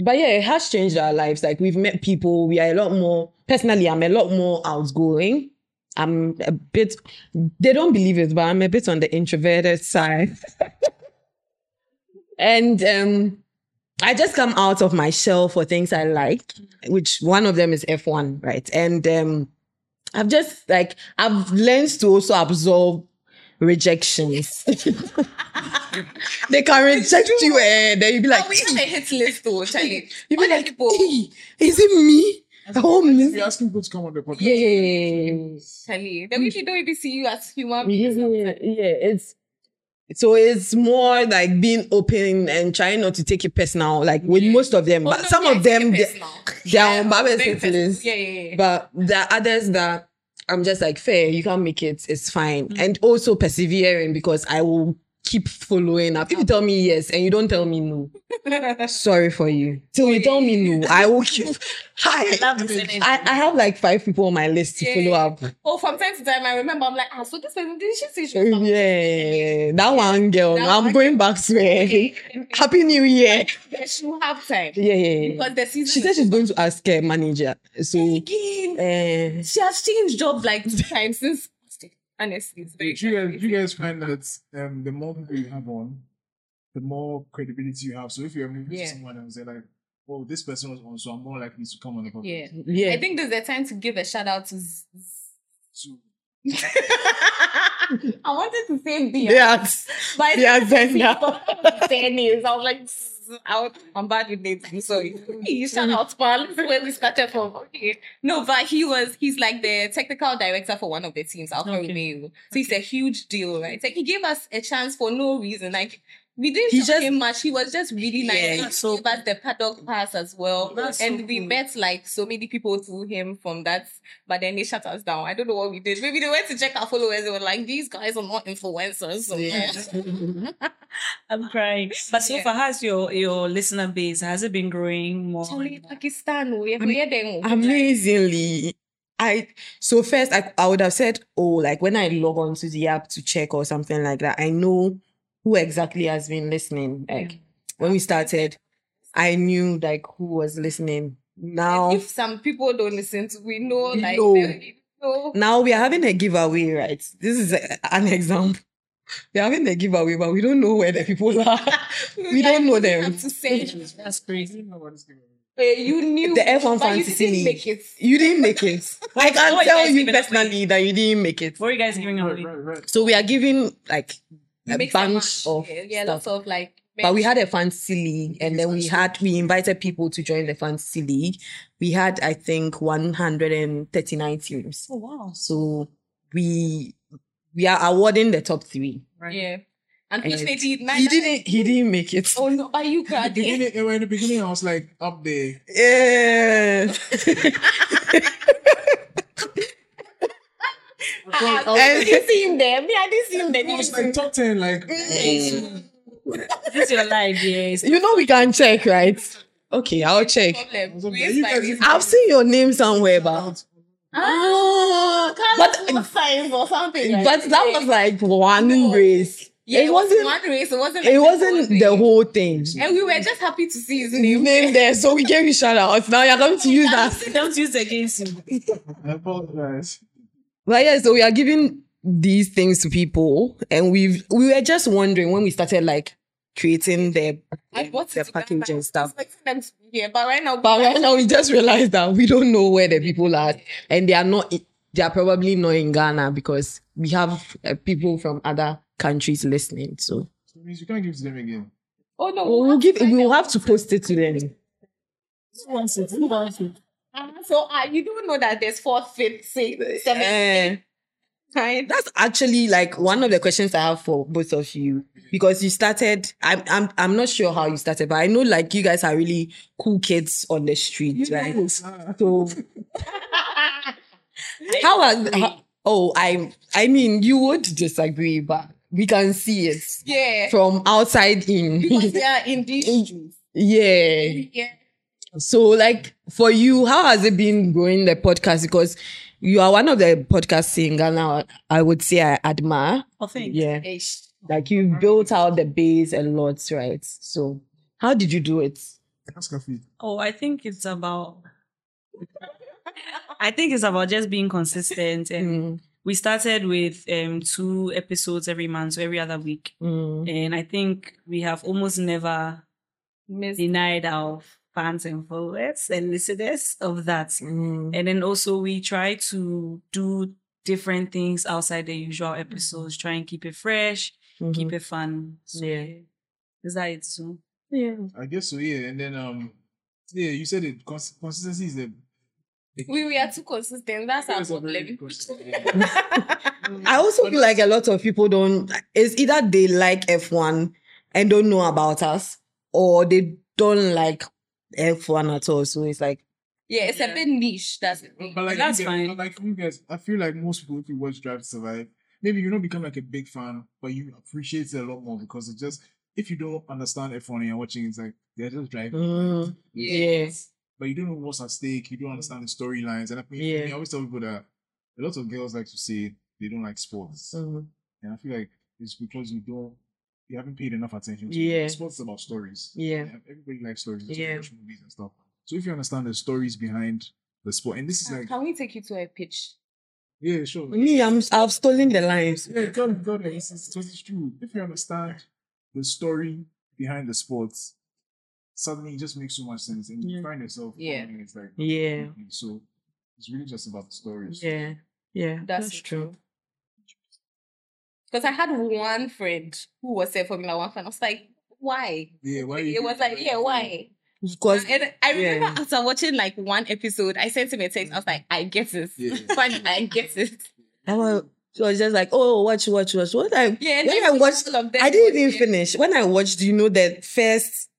but yeah, it has changed our lives. Like we've met people. We are a lot more. Personally, I'm a lot more outgoing. I'm a bit. They don't believe it, but I'm a bit on the introverted side. and um, I just come out of my shell for things I like, which one of them is F1, right? And um, I've just like I've learned to also absorb rejections. they can reject you, and then you be like,
Oh, we have a hit list though, Charlie.
you be
All the
like,
people-
"Eh, is it me?
If you're
Homeless?
asking people to come on the podcast,
Yeah, yeah, yeah, yeah,
Charlie. They really don't even see you as human
yeah,
beings.
yeah, yeah, yeah. It's so it's more like being open and trying not to take it personal. Like with most of them,
Oh,
but
no,
some
yeah,
of
I take it
them, they,
personal.
they are on
Yeah,
Babes
very
hit list.
personal. Yeah, yeah, yeah.
But there are others that I'm just like, fair, you can make it, it's fine.
Mm.
And also persevering because I will keep following up. If you tell me yes and you don't tell me no, sorry for you. Till you tell me no, I will keep. Hi.
love this energy.
I, I have like five people on my list to
Yeah.
follow up.
oh, from time to time, I remember I'm like, ah, so this person did she say she was something?
Yeah, that one girl.
That
I'm
one
going back to her. Happy New Year.
Yeah, she will have time
Mm-hmm. Yeah, yeah, yeah.
because the season.
She said she's going to ask her manager. So,
again.
uh,
She has changed job like two times since. Honestly, it's very.
Do you guys, do you guys find that um, the more people you have on, the more credibility you have? So if you're moving
Yeah.
to someone and they're like, oh, this person was on, so I'm more likely to come on the podcast.
Yeah.
yeah.
I think this is the time to give a shout out to. Z-
So,
I wanted to say B,
yeah.
but I
Yeah,
didn't
Zenya.
see Zenya's. I was like, Z- I was, I'm bad with names. I'm sorry. You shout out, Paul. This is where we started from. Okay. No, but he was. He's like the technical director for one of the teams, Alfa
Okay.
Romeo. So it's a huge deal, right? It's like he gave us a chance for no reason. Like. We
He
didn't show
just-
him much. He was just really nice.
Yeah.
He
That's so
gave us the paddock pass as well.
That's so
and we
cool.
met like so many people through him from that but then they shut us down. I don't know what we did. Maybe they went to check our followers. They were like, these guys are not influencers. So
I'm crying. But so
Yeah.
far, how's your, your listener base? Has it been growing more?
Actually,
Oh.
Pakistan, we have
Am-
here then.
amazingly i so first I, I would have said oh like when i log on to the app to check or something like that i know who exactly has been listening like when we started i knew like who was listening now
If some people don't listen to, we know
We
like
know.
they- no.
now we are having a giveaway right this is a- an example we're having a giveaway but we don't know where the people are We don't know them.
Have to say,
That's
I
crazy.
didn't know what this game was.
uh, you knew
The F1
but you
fantasy
didn't
league.
make it.
you didn't make it i
Oh,
can
you
tell
guys
you
giving away.
personally that you didn't make it
What are you guys giving away?
Right, right, right.
so we are giving like
You
a
mix and
bunch
match.
of
yeah, yeah,
stuff.
lots of like
But we had a fantasy league, and then we had we invited people to join the fantasy league. We had, I think, 139 teams.
Oh wow.
So we we are awarding the top three.
Right.
Yeah. Unfortunately, neither-
He didn't he didn't make it.
Oh no, but you
At
got
the
it.
beginning, eh, in the beginning, I was like up there.
Yeah.
I, I, you Ah, didn't see him there. Me, I didn't see him there.
I was like top ten, like
This is your life, yes.
you know we can check, right? Okay, I'll check.
I
Problem.
was up there.
Raised
You
by
guys
race.
even-
I've seen your name somewhere, Ah! but
Out.
ah,
Colours
but
were signs or something. right?
but that was like one race.
yeah,
it wasn't.
one race. It wasn't.
It
like
wasn't the
race.
whole thing.
And we were just happy to see his
His
name.
name there, so we gave you shout out. Now you're going to use that.
Don't use against you.
I apologize.
But yeah, so we are giving these things to people, and we've we were just wondering when we started like creating the
I wanted
the
to go
package
back.
and stuff.
Expecting them to be here, but right now,
But right now, we just realized that we don't know where the people are, and they are not. i- They are probably not in Ghana because we have uh, people from other countries listening. So
So it means you can't give it to them again.
oh no,
we'll,
have to
give.
find
We will
out.
have to post it to them.
Who wants it? Who wants it?
Uh, so uh, you do know that there's fourth, fifth, sixth, seventh,
Eh.
ninth.
That's actually like one of the questions I have for both of you because you started. I'm I'm I'm not sure how you started, but I know like you guys are really cool kids on the street, right?
Ah.
So how are how- oh I I mean you would disagree, but we can see it
yeah,
from outside
because
in.
they are in these shoes.
yeah.
Yeah.
So, like for you, how has it been growing the podcast? Because you are one of the podcasts in Ghana. I would say I admire.
Oh, thanks.
Yeah,
Ish.
like you built out the base a lot, right? So, how did you do it?
Ask her feet.
Oh, I think it's about. I think it's about just being consistent,
Mm,
and we started with um two episodes every month, so every other week,
mm,
and I think we have almost never
Miss.
denied our fans and followers and listeners of that.
mm.
And then also we try to do different things outside the usual episodes, try and keep it fresh, keep it fun. So,
Yeah.
Is that it too?
I guess so. Yeah, and then um, yeah, you said it. Cons- consistency is the.
We were too consistent. That's our
It's a
problem.
very good question.
I also feel like a lot of people don't. It's either they like F1 and don't know about us, or they don't like F1 at all. So it's like,
Yeah, it's a
Yeah.
bit niche. That's it.
But like
That's
you guys,
fine.
but like you guys, I feel like most people, if you watch Drive to Survive, maybe you don't become like a big fan, but you appreciate it a lot more because it just if you don't understand F1 and you're watching, it's like they're just driving,
mm, yeah.
but you don't know what's at stake. You don't understand the storylines, and I, mean,
Yeah.
I always tell people that a lot of girls like to say they don't like sports,
Mm,
and I feel like it's because you don't. You haven't paid enough attention to it.
Yeah.
sports is about stories.
Yeah.
Yeah, Everybody likes stories. That's why
Yeah.
we watch movies and stuff. So if you understand the stories behind the sport, and this is like,
Can we take you to a pitch?
yeah, sure.
Me, I'm. I've stolen the lines.
Yeah, God, God, it's, it's, it's true. If you understand the story behind the sports, suddenly it just makes so much sense, and you
Yeah.
find yourself.
Yeah.
following It's like
Yeah.
So it's really just about the stories.
Yeah, yeah,
That's it. Because I had one friend who was a Formula One fan. I was like, why?
Yeah. Why? you-
It was like, yeah, why?
Because
And I remember
Yeah.
after watching like one episode, I sent him a text. I was like, I get it.
Yeah.
Funny, I get it.
I was, I was just like, oh, watch, watch, watch. What I
Yeah.
when I watched,
all of them
I didn't
were
even
there.
finish. When I watched, you know, the first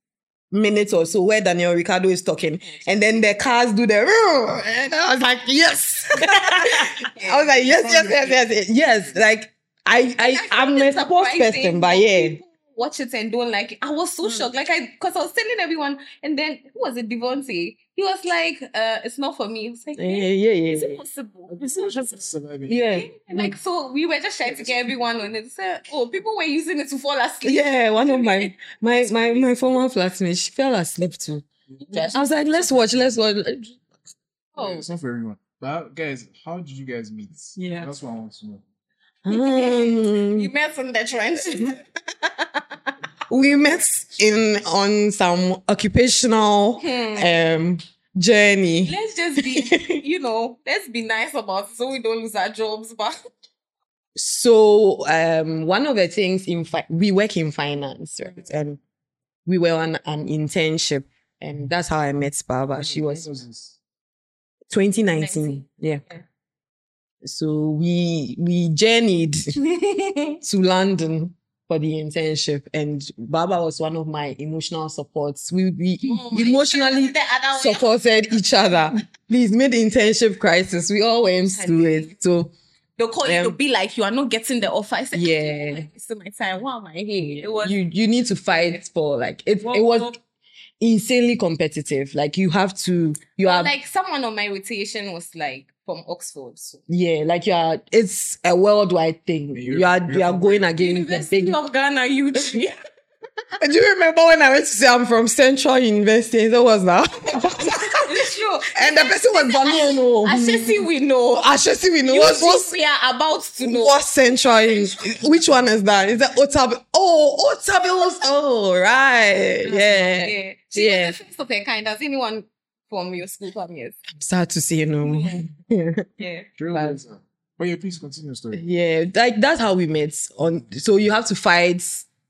minute or so where Daniel Ricardo is talking,
Oh,
and then the cars do the, and I was like, yes, I was like, yes, yes, yes, yes, yes, yes. Like I, I,
I found
I'm
it
a sports
surprising
person, but
that
yeah,
people Watch it and don't like it. I was so
Hmm.
Mm.
shocked. Like I because I was telling everyone, and then who was it, Devontae? He was like, uh, it's not for me. It's like,
yeah, yeah, yeah,
it's
yeah.
impossible.
Surviving.
yeah.
"Eh." Like so, we were just trying to get everyone on it. So, oh, people were using it to fall asleep.
Yeah, one of my my my my former flatmate, she fell asleep too. I was like, let's watch, let's watch.
Yeah,
Oh,
It's not for everyone. But how- guys, how did you guys meet?
Yeah.
That's what I want to know.
Um,
you met on the trench.
we met in on some occupational
Hmm.
um journey.
Let's just be, you know, let's be nice about it so we don't lose our jobs. But
So um one of the things in fi- we work in finance, right? And we were on an internship, and that's how I met Baba. She was
was
2019. Yeah.
Yeah.
So we we journeyed to London for the internship, and Baba was one of my emotional supports. We we
Oh,
emotionally
The other way.
supported each other. Please made the internship crisis. We all went through it. So
They'll call you
Um,
to be like, you are not getting the offer. I said,
yeah,
It's my time. Why am I here? It was
you you need to fight for like it. It was insanely competitive. Like you have to. You are
like someone on my rotation was like from Oxford. So.
yeah. Like you are. It's a worldwide thing.
You-
You are you are
you-
going against the
University
big
of Ghana, UG.
Do you remember when I went to say I'm from Central University? That was that.
it's true.
and the person was Ghanaian. oh.
I should see we know.
I should see we know.
You
What's,
think
what's,
we are about to know.
what's Central? In, which one is that? Is that Otab? Oh, Otabilus. Oh, right. Yeah.
Yeah. She
Yeah.
was the first of her kind. Does anyone from your school come here?
Sad to see, you know.
Yeah.
trailblazer. But yeah, please continue your story.
yeah. Like, that's how we met. On So you have to fight.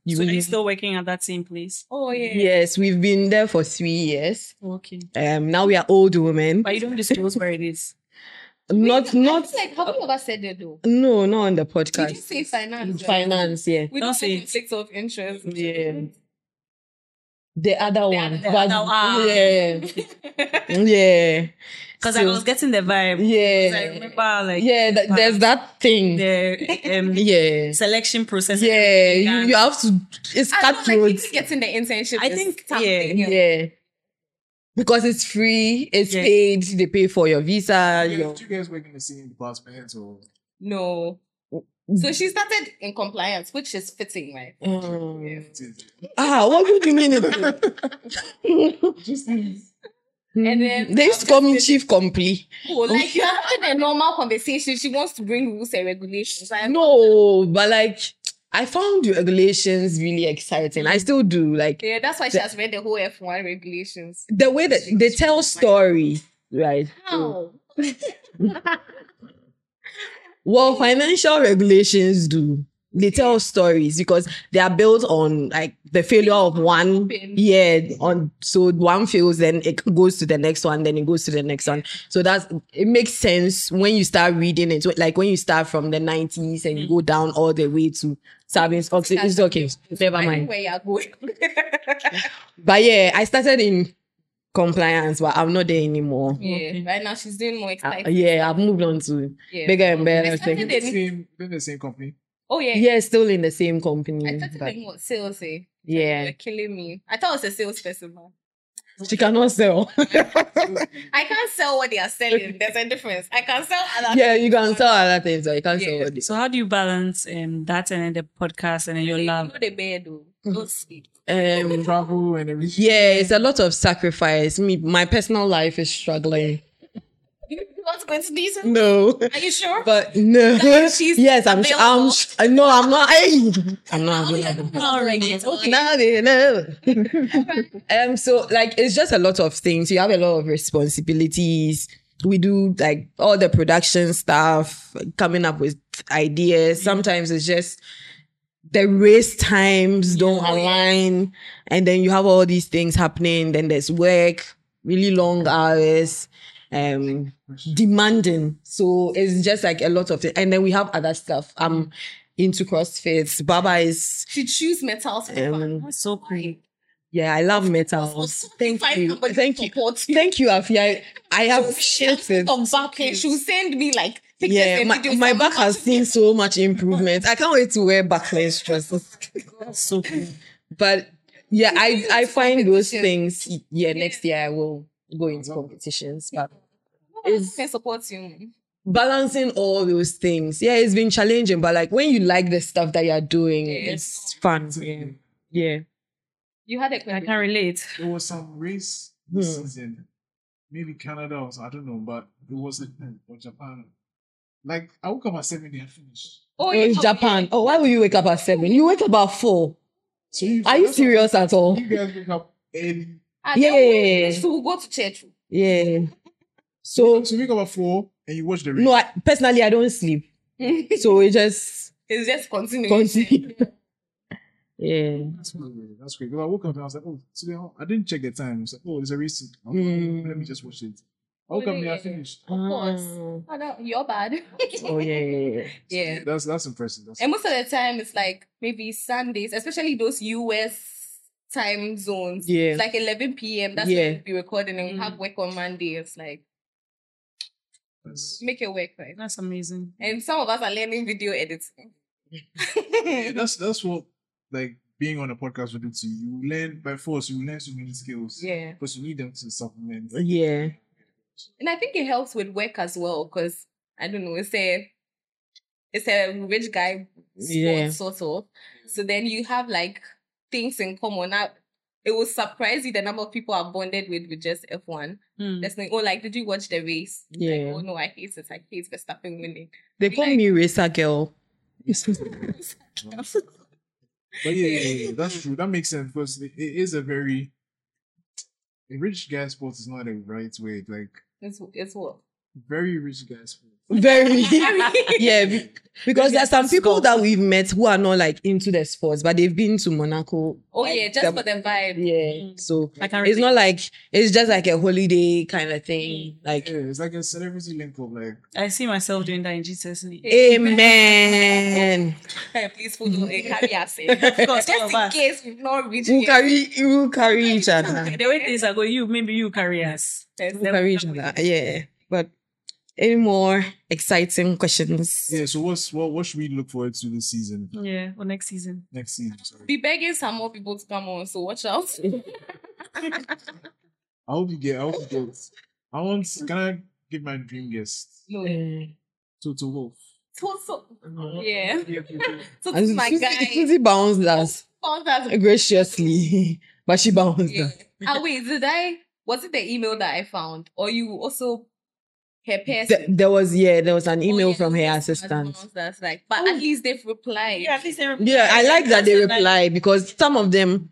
You
So are you still working at that same place?
Oh, yeah.
Yes, we've been there for three years.
Okay.
Um, now we are old women.
But you don't disclose where it is.
Not,
Wait, I
not,
was like, have you ever said that though?
no, not on the
Did you
podcast.
say finance? right?
Finance, yeah.
We
Don't
don't
say
say
it.
conflicts of interest.
Yeah. The other one.
other
but-
one.
Yeah. yeah.
Because I
So-
was getting the vibe.
Yeah.
'Cause I remember like
yeah, th- there's that thing.
the um,
Yeah.
selection process. and
Yeah.
everything,
You,
and
you have to it's
I know, like,
cutthroat.
even getting the internship.
I
is
think,
something
yeah,
yeah.
else.
Because it's free, it's
Yeah.
paid, they pay for your visa,
you
your
guys, do you guys work in the same department or
No.
Mm-hmm.
So she started in compliance, which is fitting, right?
um,
It is-
ah, what would you mean? it-
just please.
And then-
Mm-hmm. they used to call me chief complete.
Oh, like you're having a normal conversation. She wants to bring rules and regulations. Like,
No, but like I found the regulations really exciting. I still do. Like
Yeah, that's why she has read the whole F1 regulations.
the way that they tell story, right?
How?
Oh. Well, financial regulations do. They tell stories because they are built on like the failure of one.
Happen.
Yeah, on so one fails, then it goes to the next one, then it goes to the next one. So that's it makes sense when you start reading it. Like when you start from the nineties and you
Mm.
go down all the way to service. Okay, it's okay. Never
I know
mind.
where you're going.
But yeah, I started in compliance, but I'm not there anymore.
yeah,
Okay.
right now she's doing more exciting.
Uh, yeah, I've moved on to
yeah.
bigger and better
I started
things.
in-
Same, been in the same company.
Oh yeah.
Yeah, still in the same company.
I started
but-
doing what sales. Eh?
Yeah,
You're killing me. I thought I was a salesperson. Man.
she cannot sell.
I can't sell what they are selling. There's a difference. I can sell other.
yeah, you can sell other things, but you can't
Yeah.
sell this.
So how do you balance um that and then the podcast and then your
You
love?
know the bed though.
Mm-hmm.
Don't sleep.
Um,
Travel and everything.
yeah, it's a lot of sacrifice. Me, my personal life is struggling.
You not going to these?
No,
Are you sure?
but no.
Guys, she's
yes, I'm. sh- I'm.
available.
sh- no, I'm not. Hey, I'm not. available. Now they know. um, so like it's just a lot of things. You have a lot of responsibilities. We do like all the production stuff, coming up with ideas. Sometimes it's just the race times don't align, and then you have all these things happening. Then there's work, really long hours. Um, demanding. So it's just like a lot of it. And then we have other stuff. I'm into CrossFit. Baba is
She choose metals for fun.
um,
That's so cool.
yeah, I love
So
metals.
someone
Thank
find
you.
somebody
Thank
to
you.
support you.
Thank you, Afi. I, I appreciate it.
Of back and she'll send me like pictures
Yeah,
and
my,
videos.
my
I'm
back has
watching
seen so much improvement. I can't wait to wear backless dresses.
That's so cool.
But yeah, I, I find those things. Yeah, Uh-huh.
Yeah.
next year I will go into competitions. But
it. Who can support you.
balancing all those things. Yeah, it's been challenging, but like when you like the stuff that you're doing,
Yeah.
it's fun. Yeah. Yeah.
You had a
I
question.
can relate.
There was some race this
Hmm.
season, maybe Canada or so- I don't know, but it was in or Japan. Like I woke up at seven and finished.
Oh,
Oh, it's Japan. Oh, why will you wake up at seven? You wake up at four.
So you
Are you serious at all?
You guys wake up early.
And
Yeah.
Ah, then we- She will go to church.
Yeah. So
So you wake up at four and you watch the race.
no, I, personally I don't sleep.
it's
So we just
just continuing.
continue.
Yeah.
That's great. That's great. Because I woke up and I was like, oh, today I- I didn't check the time. I was like, oh, there's a race. Oh,
Mm.
Let me just watch it. I
Oh,
woke up and
yeah,
I
yeah, yeah.
finished.
Of course.
Ah.
Oh, no, you're bad.
Oh yeah, yeah, yeah.
yeah.
That's that's impressive. That's
And most of the time, it's like maybe Sundays, especially those US time zones.
Yeah.
It's like 11 p.m. That's
Yeah.
when we'll be recording and we
Mm.
have work on Monday. It's like,
that's-
make it work, right?
That's amazing.
And some of us are learning video editing.
Yeah, that's that's what like being on a podcast would do to you. You learn by force. You learn so many skills.
yeah.
Because you need them to supplement.
Yeah.
And I think it helps with work as well because, I don't know, it's a, it's a rich guy sport,
Yeah.
sort of. So then you have like things in common. I, it will surprise you the number of people I've bonded with with just F1.
Mm.
That's like, oh, like, did you watch the race?
Yeah.
Like, oh no, I hate it. I hate Verstappen winning.
They call me Racer Girl.
But yeah, yeah, yeah, that's true. That makes sense because it, it is a very a rich guy sport is not a right way. Like
It's it's what.
very rich guy sport.
Very. yeah, be- because there are some people
Sport.
that we've met who are not like into the sports, but they've been to Monaco.
Oh
Like,
yeah, just
them-
for Mm. the vibe.
Yeah. So
I can
it's not like it's just like a holiday kind of
Mm.
thing. Like
Yeah, it's like a celebrity link up. Like
I see myself doing that in Jesus' name.
Amen.
Hey, Please follow a career say.
Of course, all
Just
of
in
us.
case we've not reached
We'll
yet.
carry we'll carry each other.
The way things are going, you maybe you carry us.
We'll carry each other. Yeah. But any more exciting questions?
yeah, so what's what what should we look forward to this season?
Yeah, or next season.
Next season. Sorry.
Be begging some more people to come on, so watch out.
I hope you get I hope you get I want can I give my dream guest?
No,
Yeah.
Toto Wolf.
Toto, yeah,
And
Toto's my
Susie-
guy.
Susie bounced us
Oh, that's-
graciously, but she bounced
Yeah.
us.
Ah wait, did I? Was it the email that I found, or you also her
Th-
person?
there was yeah, there was an email
Oh, yeah,
from her
that's-
assistant.
That's like, but
Oh.
at least they've replied.
at least they reply.
Yeah, I like that they reply because some of them,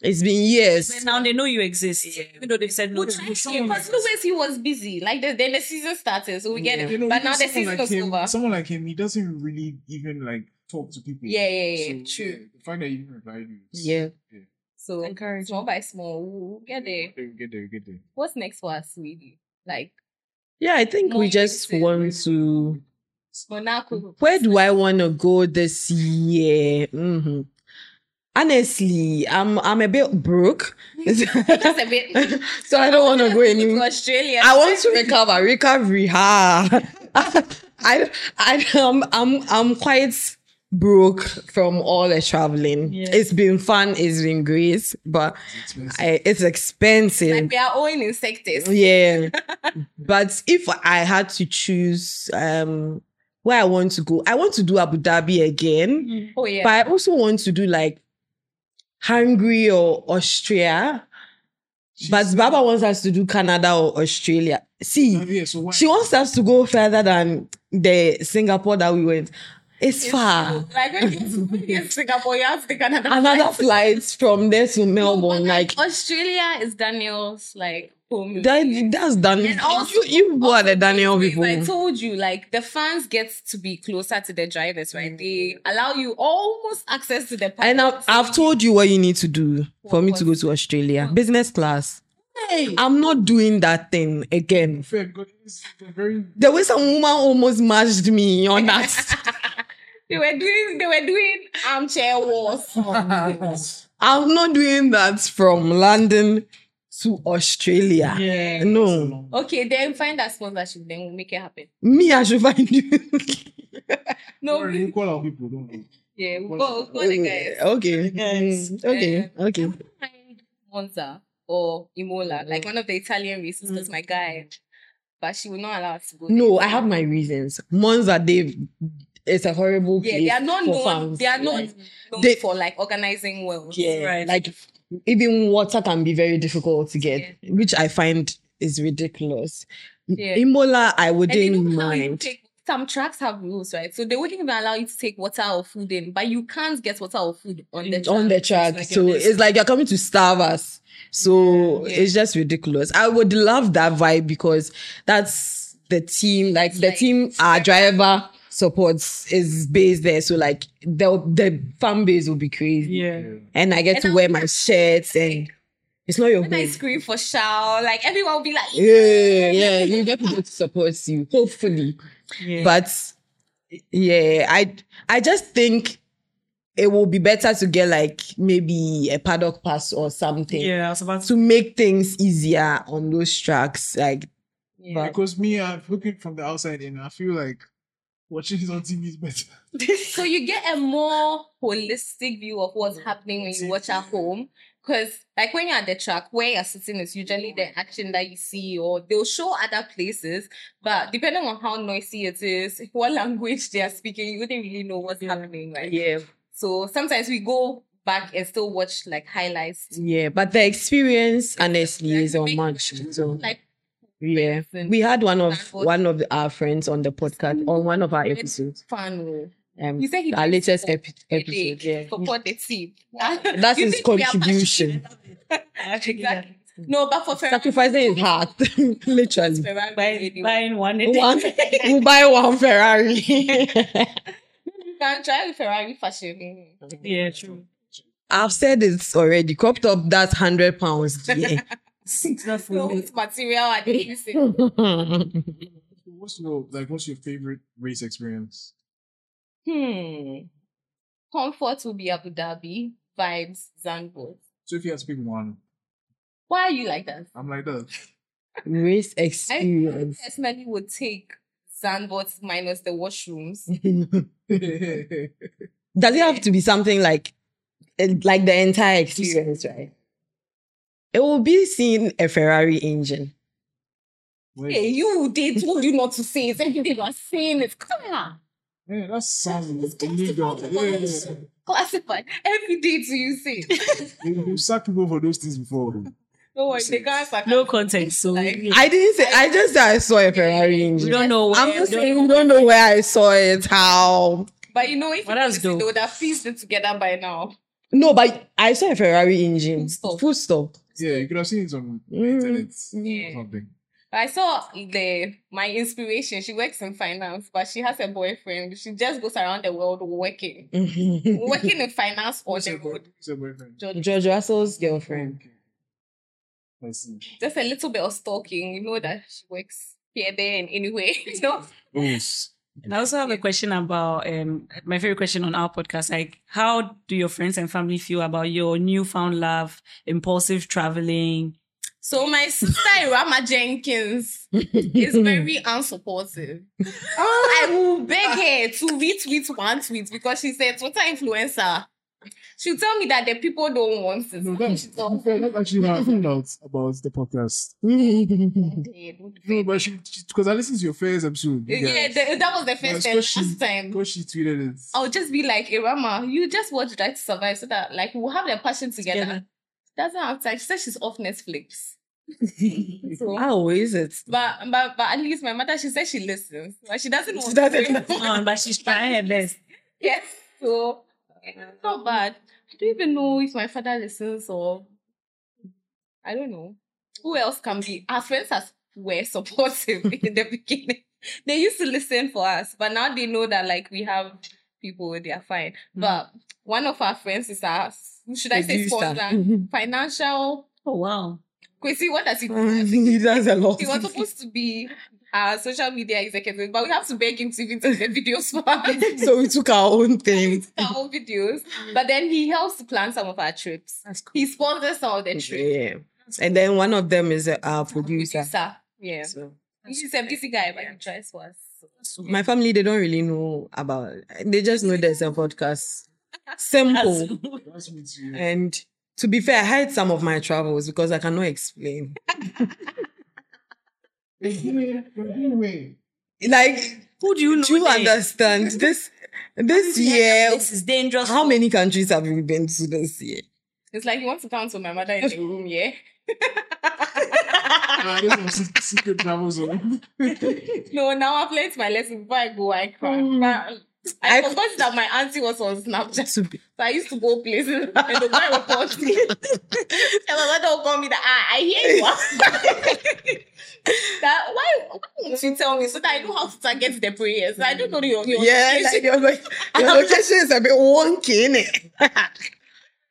it's been
But
years.
now they know you exist, even though they've said no
Because
to you.
Louis, he was busy. Like the, then the season started, so we get
Yeah.
it.
You know,
but
even
now the
someone
season
like
is
him,
over.
Someone like him, he doesn't really even like talk to people.
Yeah, yeah, yeah.
So,
True.
The fact that you even replied, is-
Yeah.
So
Encouraging.
small by small, we'll get there.
Get there, get there, get there.
What's next for us, really? Like
Yeah, I think we
More
just
reason.
want to.
Monaco.
Where do I want to go this year? hmm Honestly, I'm I'm a bit broke,
Just a bit.
so I don't want to go
to
anywhere.
Australia.
I want to recover, recovery. Ha! I I um, I'm I'm quite broke from all the traveling.
Yeah.
It's been fun. It's been great, but
It's expensive.
I, it's expensive.
Like we are all in insectors.
Yeah. but if I had to choose um where I want to go, I want to do Abu Dhabi again.
Oh yeah.
But I also want to do like Hungary or Austria.
She's-
but Baba wants us to do Canada or Australia. See,
Yeah, so why?
she wants us to go further than the Singapore that we went. It's
It's
far.
true. Like when you're in Singapore, you have to take another.
Another
flight.
flight from there to
No, but,
Melbourne, like
Australia is Daniel's like home.
that, that's Daniel.
And
you
also-
you who are the Daniel
Wait,
people.
I told you, like the fans get to be closer to the drivers, right? They allow you almost access to the
And I've, I've told you what you need to do for me to go
What?
to Australia. Business class. I'm not doing that thing again.
Fair, because it's a very.
The way some woman almost mashed me on that.
They were doing they were doing armchair wars.
I'm not doing that from London to Australia.
Yeah.
No.
okay, then find that sponsorship, then we'll make it happen.
Me, I should find you.
No,
Don't worry, you call our people, don't worry.
yeah, we'll go, we'll go the guys.
Okay.
Guys.
Mm, Okay. Okay.
Find Monza or Imola,
Oh.
like one of the Italian races, because my guy, but she will not allow us to go.
Mm-hmm. No, I
there.
have my reasons. Monza, they it's a horrible place.
Yeah, they are not
for
known.
fans.
They are not known
They-
for like organizing well.
Yeah,
Right.
like even water can be very difficult to get, which I find is ridiculous.
Yeah.
Imola, I
And they
wouldn't
don't allow you to
mind.
take- some tracks have rules, right? So they wouldn't even allow you to take water or food in, but you can't get water or food on the
on the
track.
track,
like
so
you're
it's like you're coming to starve us. So
Yeah.
it's just ridiculous. I would love that vibe because that's the team, like the
like-
team our driver supports is based there. So like the the fan base will be crazy.
Yeah.
And I get
And
to
I'll
wear
be
my shirts and it's not your
When I
home.
scream for Shao, like everyone will be like,
Yeah, yeah. You get people to support you, hopefully.
Yeah.
But yeah, I I just think it will be better to get like maybe a paddock pass or something
yeah, I was about to.
to make things easier on those tracks. Like
Yeah.
Because me, I'm looking from the outside in. I feel like watching it on TV is better.
so you get a more holistic view of what's
Mm.
happening when you watch at home. Because like when you're at the track, where you're sitting is usually the action that you see, or they'll show other places. But depending on how noisy it is, what language they are speaking, you wouldn't really know what's
Yeah.
happening, right?
yeah,
So sometimes we go back and still watch like highlights.
yeah. But the experience honestly is
Like,
unmatched. So
Like
yeah.
and
Mm. We had one of
That was-
one of our friends on the podcast on one of our episodes.
fun. oh.
Um,
He said he
our latest epi-
They
episode. Yeah.
support the team.
That's
You
his
think we are
contribution.
I actually
passionate? No, but for Ferrari,
Sacrificing his heart, literally.
Ferrari
Buy,
radio.
buying one. a day.
One, we'll buy one Ferrari.
You can try with Ferrari fashion.
Yeah, true.
I've said this already. Crop top, that's hundred pounds. Yeah.
It's not
So
for
it's material are they using?
Hmm.
What's your like? What's your favorite race experience?
Hmm. Comfort will be Abu Dhabi vibes Zango.
So if you had to pick one,
Why are you like that?
I'm like that.
Race
I
experience.
personally would take Zanbot minus the washrooms.
Does it have to be something like, eh, like the entire experience, right? It will be seeing a Ferrari engine.
Hey,
Wait,
you they told you not to say it. Everything you are saying is clear.
yeah, that sounds illegal.
classified.
Yeah.
Classified. Every day to you say. it.
You- You've sacked people for those things before.
Don't worry, the guys are
no content. So
Like-
we
I didn't say. I just said I saw a Ferrari engine.
don't know. Where,
I'm just
we don't-
saying we don't know where I saw it. How?
But you know, if
But
you
that's
listen,
dope.
they would have pieced it together by now.
No, but I saw a Ferrari engine.
Full stop.
Full stop.
Yeah, you could have seen it on the
Mm,
internet or
yeah.
something.
I saw the my inspiration. She works in finance, but she has a boyfriend. She just goes around the world working, working in finance on
Who's
the
your boy-
road.
who's your boyfriend?
George.
George Russell's girlfriend.
I see.
Just a little bit of stalking. You know that she works here, there, and anywhere. You know,
Oh,
I also have a question about um my favorite question on our podcast. Like, how do your friends and family feel about your newfound love, impulsive traveling?
so my sister Irama Jenkins is very unsupportive.
Oh.
I will beg her to retweet one tweet because she's a Twitter influencer. She'll tell me that the people don't want it.
no, that's,
She told me,
that's actually how I found out about the podcast. No, but she, because I listened to your first episode. you
Yeah, Oh.
guys.
the, that was the first
Yeah,
and
especially-
last time.
Because she tweeted it.
I'll just be like, Irama, you just watch Drive to Survive so that like we'll have the passion together.
Together.
Doesn't have time. She said she's off Netflix. so,
How is it?
but, but but at least my mother, she said she listens. But she doesn't want
doesn't-
to.
on, but she's trying her best.
yes. So it's not bad. I don't even know if my father listens or I don't know. Who else can be? Our friends as were supportive in the beginning. They used to listen for us, but now they know that like we have people, they are fine. But one of our friends is our should I say sponsor? Financial
Oh wow.
Quincy, what does he do?
he does a lot.
He was supposed to be our social media executive, but we have to beg him to even take the videos for us
so we took our own thing.
our own videos. But then he helps to plan some of our trips.
That's cool.
He sponsors some of the trips.
Yeah. And then one of them is uh, our producer.
Producer. Yeah.
So
He's a busy guy, but he tries for us.
my family they don't really know about they just know there's a podcast. Simple.
That's me too.
And to be fair, I hide some of my travels because I cannot explain.
Anyway,
Like,
Who do you know?
do you
there?
understand this? This year,
This is dangerous.
how many countries have you been to this year?
It's like he wants to come to my mother in the room, yeah?
uh, this was a secret travel zone.
No, now I've learned my lesson. Before I go, I cry. But I,
Mm. I-
forgot that my auntie was on Snapchat.
to be-
So I used to go places and the guy would call me. and my mother would call me that ah, I hear you. that why, why won't you tell me so that I know how to target the prayers? I don't know your, your
yeah, like
location.
your, lo- your location is a bit wonky, innit?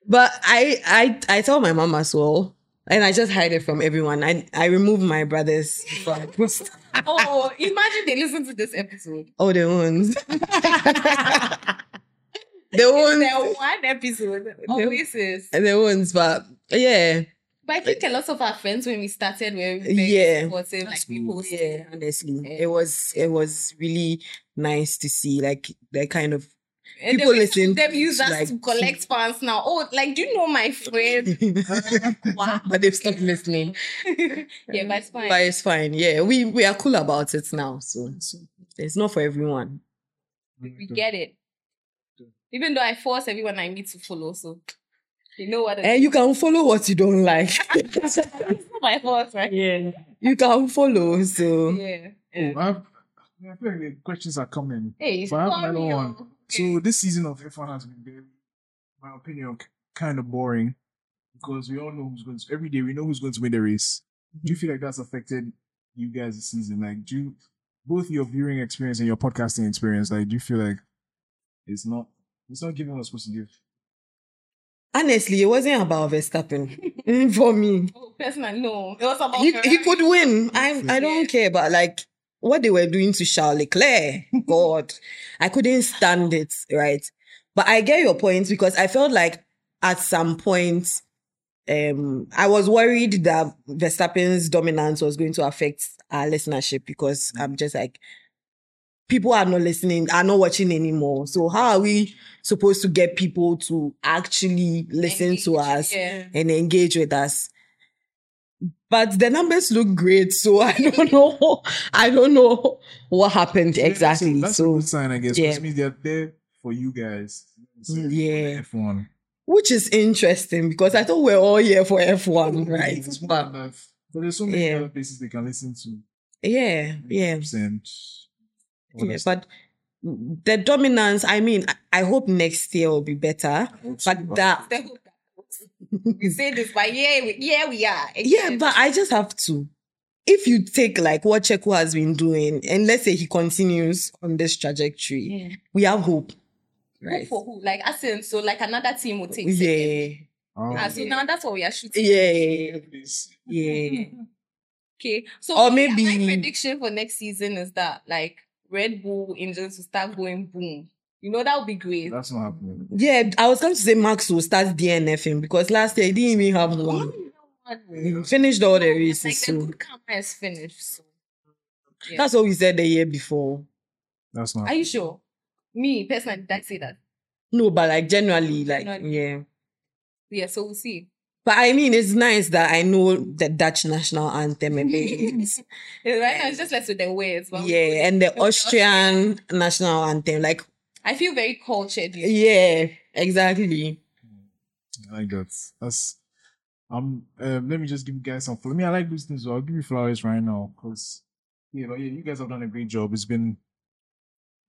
but I, I, I tell my mom as well, and I just hide it from everyone. I, I remove my brothers before I post
Oh, imagine they listen to this episode.
all the ones. the ones,
That one episode
Oh.
always is.
the ones, but yeah,
But I think a lot of our friends when we started were very
Yeah.
supportive, like we posted.
yeah, honestly, it was, it was really nice to see like that kind of
And
People
they
listen
Them use us
like-
to collect fans now. Oh, like do you know my friend? wow.
but they've stopped listening.
yeah, but it's fine.
But it's fine. Yeah, we we are cool about it now. So it's not for everyone.
we get it. Even though I force everyone I meet to follow, so you know what?
And Eh, you can follow what you don't like.
it's not my fault, right?
Yeah.
you can follow. So
Yeah.
Oh, I, have, I feel like the questions are coming.
Hey,
But I have another
sorry, oh.
one. So this season of F1 has been, very, in my opinion, kind of boring because we all know who's going to. Every day we know who's going to win the race. Do
Mm-hmm.
you feel like that's affected you guys this season? Like, do you, both your viewing experience and your podcasting experience? Like, do you feel like it's not it's not giving what it's supposed to give?
honestly, it wasn't about Verstappen Mm, for me.
Oh, personally, no. It was about
He,
Ferrari.
he could win. I I don't care. But like what they were doing to Charles Leclerc, God, I couldn't stand it. Right. But I get your point because I felt like at some point, um, I was worried that Verstappen's dominance was going to affect our listenership because I'm just like, people are not listening, are not watching anymore. So how are we supposed to get people to actually listen to
Engage,
us
Yeah.
and engage with us? But the numbers look great, so I don't know. I don't know what happened exactly.
that's a
so
good sign, I guess.
yeah.
Which means they're there for you guys.
Mm, yeah.
F1.
which is interesting because I thought we're all here for
Oh,
F1, right?
It's more
But
than that. But there's so many
Yeah.
other places they can listen to.
yeah, yeah,
And all
yeah.
that
But the dominance, I mean, I- I hope next year will be better.
stuff.
But that,
They hope that- we say this, but yeah, we, yeah, we are.
yeah, but I just have to. If you take like what Checo has been doing, and let's say he continues on this trajectory,
Yeah.
we have hope,
Who
right?
for who? Like, as in, so like another team will take. second.
Yeah,
Oh,
Ah, so now that's what we are shooting.
yeah,
please.
yeah.
Okay. So
Or
me, my
maybe-
prediction for next season is that like Red Bull engines will start going boom. You know that would be great.
That's not happening.
Yeah, I was going to say Max will start DNFing because last year he didn't even have one.
Like
He finished all the races.
the
So
good camera is finished. So. Yeah.
that's what we said the year before.
That's not.
Are you sure? Me personally, did I say that?
No, but like generally, like
Not-
yeah.
Yeah. So we'll see.
But I mean, it's nice that I know the Dutch national anthem a bit.
Yeah, Right now, it's just less with the words. But
yeah, and the
the Austrian.
Austrian national anthem. Like
I feel very cultured. you know.
yeah, exactly.
I like that. That's. Um, um, let me just give you guys some. Let me. I like these things. So I'll give you flowers right now, cause yeah, but yeah, you guys have done a great job. It's been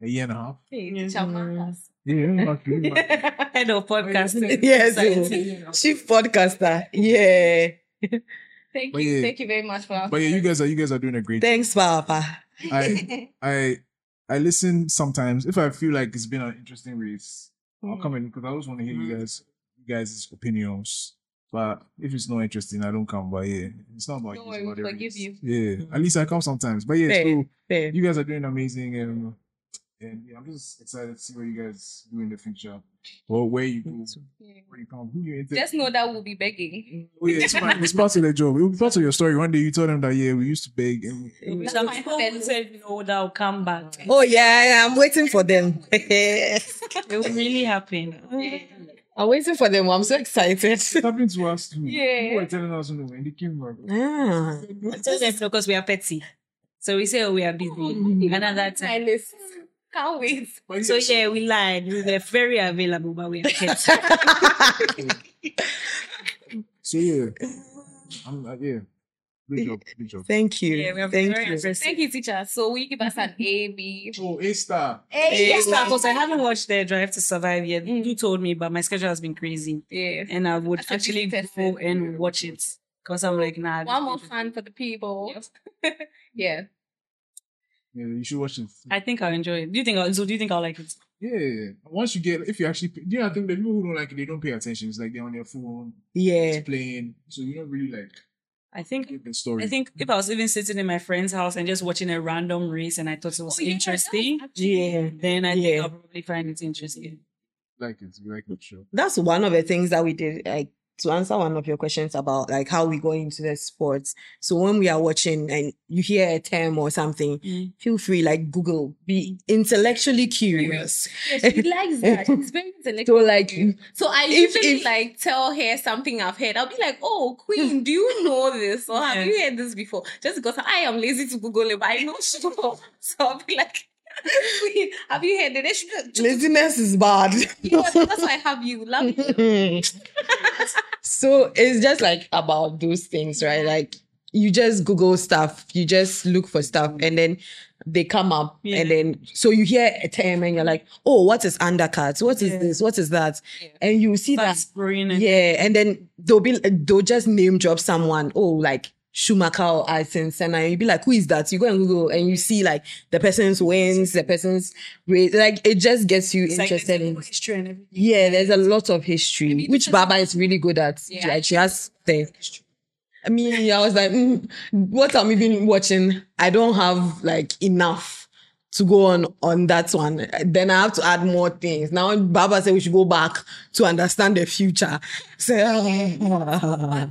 a year and a half.
Hey,
Mhm.
chamangas.
Yeah, actually,
Head of podcasting.
Yes, chief podcaster. Yeah.
Thank
But
you.
yeah.
Thank you very much for.
but yeah, you guys are you guys are doing a great.
Thanks, Papa.
I I I listen sometimes if I feel like it's been an interesting race. I'll come in because I always want to hear you
Mm.
guys you guys' opinions. But if it's not interesting, I don't come. But yeah, it's not about
Don't
you,
worry,
it's about
we
the
forgive you.
race. Yeah, at least I come sometimes. But yeah,
Fair,
so
fair.
you guys are doing amazing, and and yeah, I'm just excited to see what you guys do in the future or where you go,
Yeah.
where you come, who you inter-
Just know that we'll be begging.
Oh, yeah, it's, fine. it's part of the job. It will be part of your story. One day you tell them that yeah, we used to beg. And
Some people who said no, they'll come back.
Oh yeah, I'm waiting for them.
It will really happen.
I'm waiting for them. I'm so excited.
it happened to us too.
Yeah.
People were telling us no, and they came back.
Ah.
Because we are petty. So we say oh, we are busy.
Mhm.
Another time.
My list. Can't wait.
But
So
yes.
yeah, we lied. We were very available, but we are petty.
So yeah, I'm uh, yeah. Good job. Good job.
Thank you.
Yeah, we are
Thank
very
you.
impressive.
Thank you, teacher. So will you give us an A, B?
Oh, A star.
Hey, because I haven't watched the Drive to Survive yet.
Mm.
You told me, but my schedule has been crazy,
Yeah.
and I would
That's a
actually
big
go
person.
and watch it because I'm like, nah.
One more fun for the people. yeah.
Yeah, you should watch it.
I think I'll enjoy it. Do you think? I'll, so do you think I'll like it?
Yeah. Once you get, if you actually, yeah, I think the people who don't like it, they don't pay attention. It's like they're on their phone,
Yeah.
it's playing, so you don't really like
I think.
get the story.
I think if I was even sitting in my friend's house and just watching a random race and I thought it was
Oh, yeah, that was
interesting,
actually-
Yeah.
then I
Yeah.
think I'll probably find it interesting.
like it, you like the show.
that's one of the things that we did like to answer one of your questions about like how we go into the sports so when we are watching and you hear a term or something
Mm.
feel free like google be intellectually curious
Yeah, she likes that. She's very
so
intellectual.
like
So I
If-
usually
if-
like tell her something I've heard. I'll be like, "Oh, Queen, do you know this or
Yeah.
have you heard this before?" Just because I am lazy to Google it, but I know she knows. So I'll be like, "Queen, have you heard it?" Then she
laziness is bad
you know, that's why I have you. Love you.
so it's just like about those things right like you just google stuff you just look for stuff and then they come up
Yeah.
and then so you hear a term and you're like oh what is undercut what is
Yeah.
this what is that
Yeah.
and you see that
That's brilliant.
Yeah, and then they'll be they'll just name drop someone. Oh, like Schumacher or Ayrton Senna. And you'll be like, who is that? You go and Google and you see like the person's wins, the person's race. Like it just gets you
It's like
interested
there's a
in.
whole history and everything.
Yeah, there's a lot of history,
mean,
which
because-
Baba is really good at.
Yeah.
Like she has the. I mean, I was like, mm, what I'm even watching, I don't have like enough to go on on that one. Then I have to add more things. Now Baba said we should go back to understand the future. So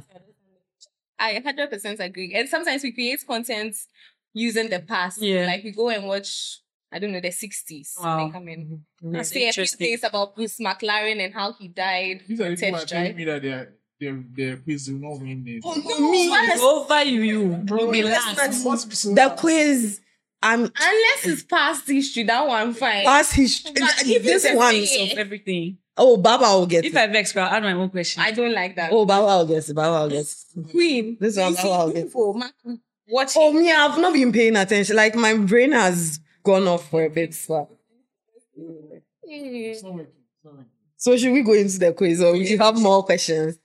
I hundred percent agree. And sometimes we create content using the past.
Yeah.
Like we go and watch. I don't know the sixties.
Wow.
Like I mean,
Mm-hmm.
That's
say a few
interesting.
things about Bruce McLaren and how he died.
These are the people who are
Test
telling
drive.
me that they're they're they're quiz will not win it.
Oh, no,
No,
me.
what?
Over you, bro.
That's what people say.
the quiz, I'm
Unless it's past history, that one fine.
past history.
But even
This
the
one,
thing-
of everything.
oh Baba will get
If
it.
I vex, I'll add my own question.
I don't like that.
Oh Baba will get it. Baba will get it.
Queen.
This one,
Easy,
I'll get-
beautiful, ma- Watch
Oh me, I've not been paying attention. Like my brain has gone off for a bit. So,
it.
It's not working. It's not working.
so should we go into the quiz or if you have more questions?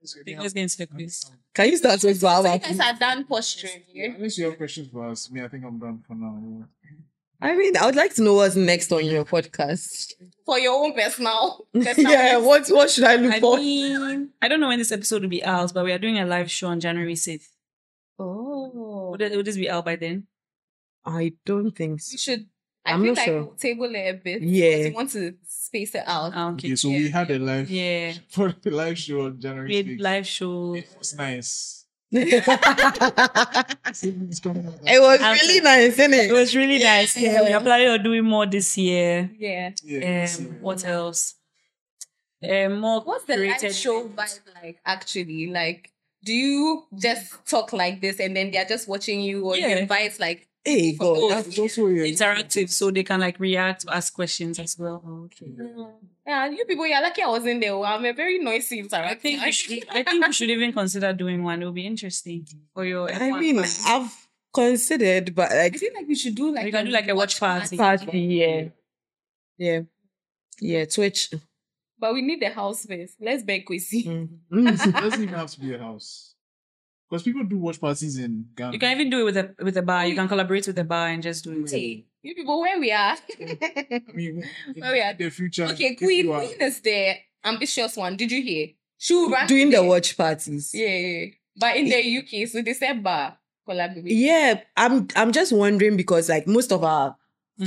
It's
think let's get into the quiz.
Can you start with Baba?
You guys are done posturing.
Yeah,
Yeah?
Unless you have questions for us, me, I think I'm done for now.
I mean, I would like to know what's next on your podcast.
For your own personal. personal
yeah, what what should I look
I
for?
mean, I don't know when this episode will be out, but we are doing a live show on January 6th.
Oh.
Oh.
Would, it- would this be out by then?
I don't think so.
We should. I
I'm
feel
not
like
sure.
we'll table it a bit.
Yeah.
We want to space it out.
Ah, okay.
Okay, so we had a live
Yeah.
for the live show on January
We had
6th.
live show.
It was nice.
it
It's coming out.
was
I'm-
really nice, isn't
It
it?
was really nice. Yeah, we are planning on doing more this year.
yeah.
Yeah,
Um,
so-
what else? Um, more.
What's the live
curated
show
events.
vibe like? Actually, like, do you just talk like this and then they're just watching you, or
Yeah.
you invite like?
Hey
Oh,
God, that's-
It's also a-
Interactive, so they can like react, ask questions as well.
Yeah, "Ah, you people, you're lucky I wasn't there. Oh, I'm a very noisy interactor.
I think we should. I think we should even consider doing one. It will be interesting for your.
I
F1
mean,
fans.
I've considered, but
I
like
feel like we should do like
We can do like a watch party.
party, yeah, yeah, yeah, Twitch.
but we need the house space. Let's beg Kwesi.
Mm. Mm.
It doesn't even have to be a house. Because people do watch parties in Ghana.
You can even do it with a with a bar. You can collaborate with a bar and just do it.
Hey, you people, where we are?
I mean, in
Oh, yeah.
the future.
okay,
if
Queen,
you are-
Queen is the ambitious one. Did you hear? She will run
Doing the
there.
watch parties.
Yeah, yeah, yeah. but in the UK, so they said bar collaboration.
Yeah, I'm I'm just wondering because like most of our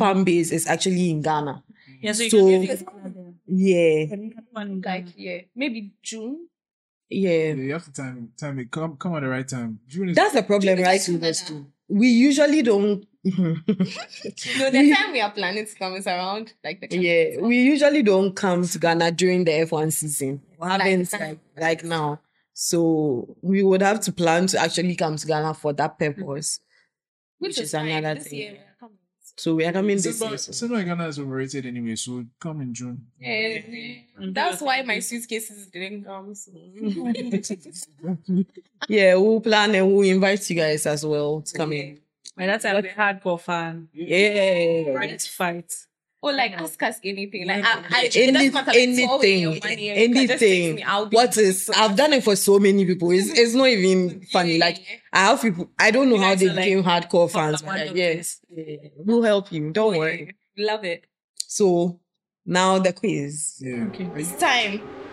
fan base is actually in Ghana.
Yeah, so you
So-
can
Because
get
Yeah,
one
like
guy.
yeah, maybe June.
yeah.
Yeah, you have to time time it. Come come at the right time. June is
That's the problem, right? We usually don't.
No, the time we are planning to come is around like the
yeah, we usually don't come to Ghana during the F1 season. We haven't
now.
like, like now. So we would have to plan to actually come to Ghana for that purpose.
which,
is
fine.
another
This
thing.
year we are coming.
So we are coming this
Simba,
season.
Simba in Ghana is overrated anyway, so come in June.
Eh,
Mm-hmm.
That's why my suitcases didn't come. So.
Yeah, we'll plan and we'll invite you guys as well to come in.
By that time, we're hardcore fan.
Yeah.
Right fight.
Or like ask us anything. Like I, I, it
Any,
doesn't matter, it's all in your
anything,
money. You can just text
anything.
me, I'll be-
What is? I've done it for so many people. It's, it's not even
Yeah.
funny. Like I have people. I don't know
You
how
guys
they
are like
became hardcore fans.
popular
But like, yes,
doctors.
yeah, we'll help you. Don't worry.
love it.
So now the quiz.
Yeah. Are you-
It's time.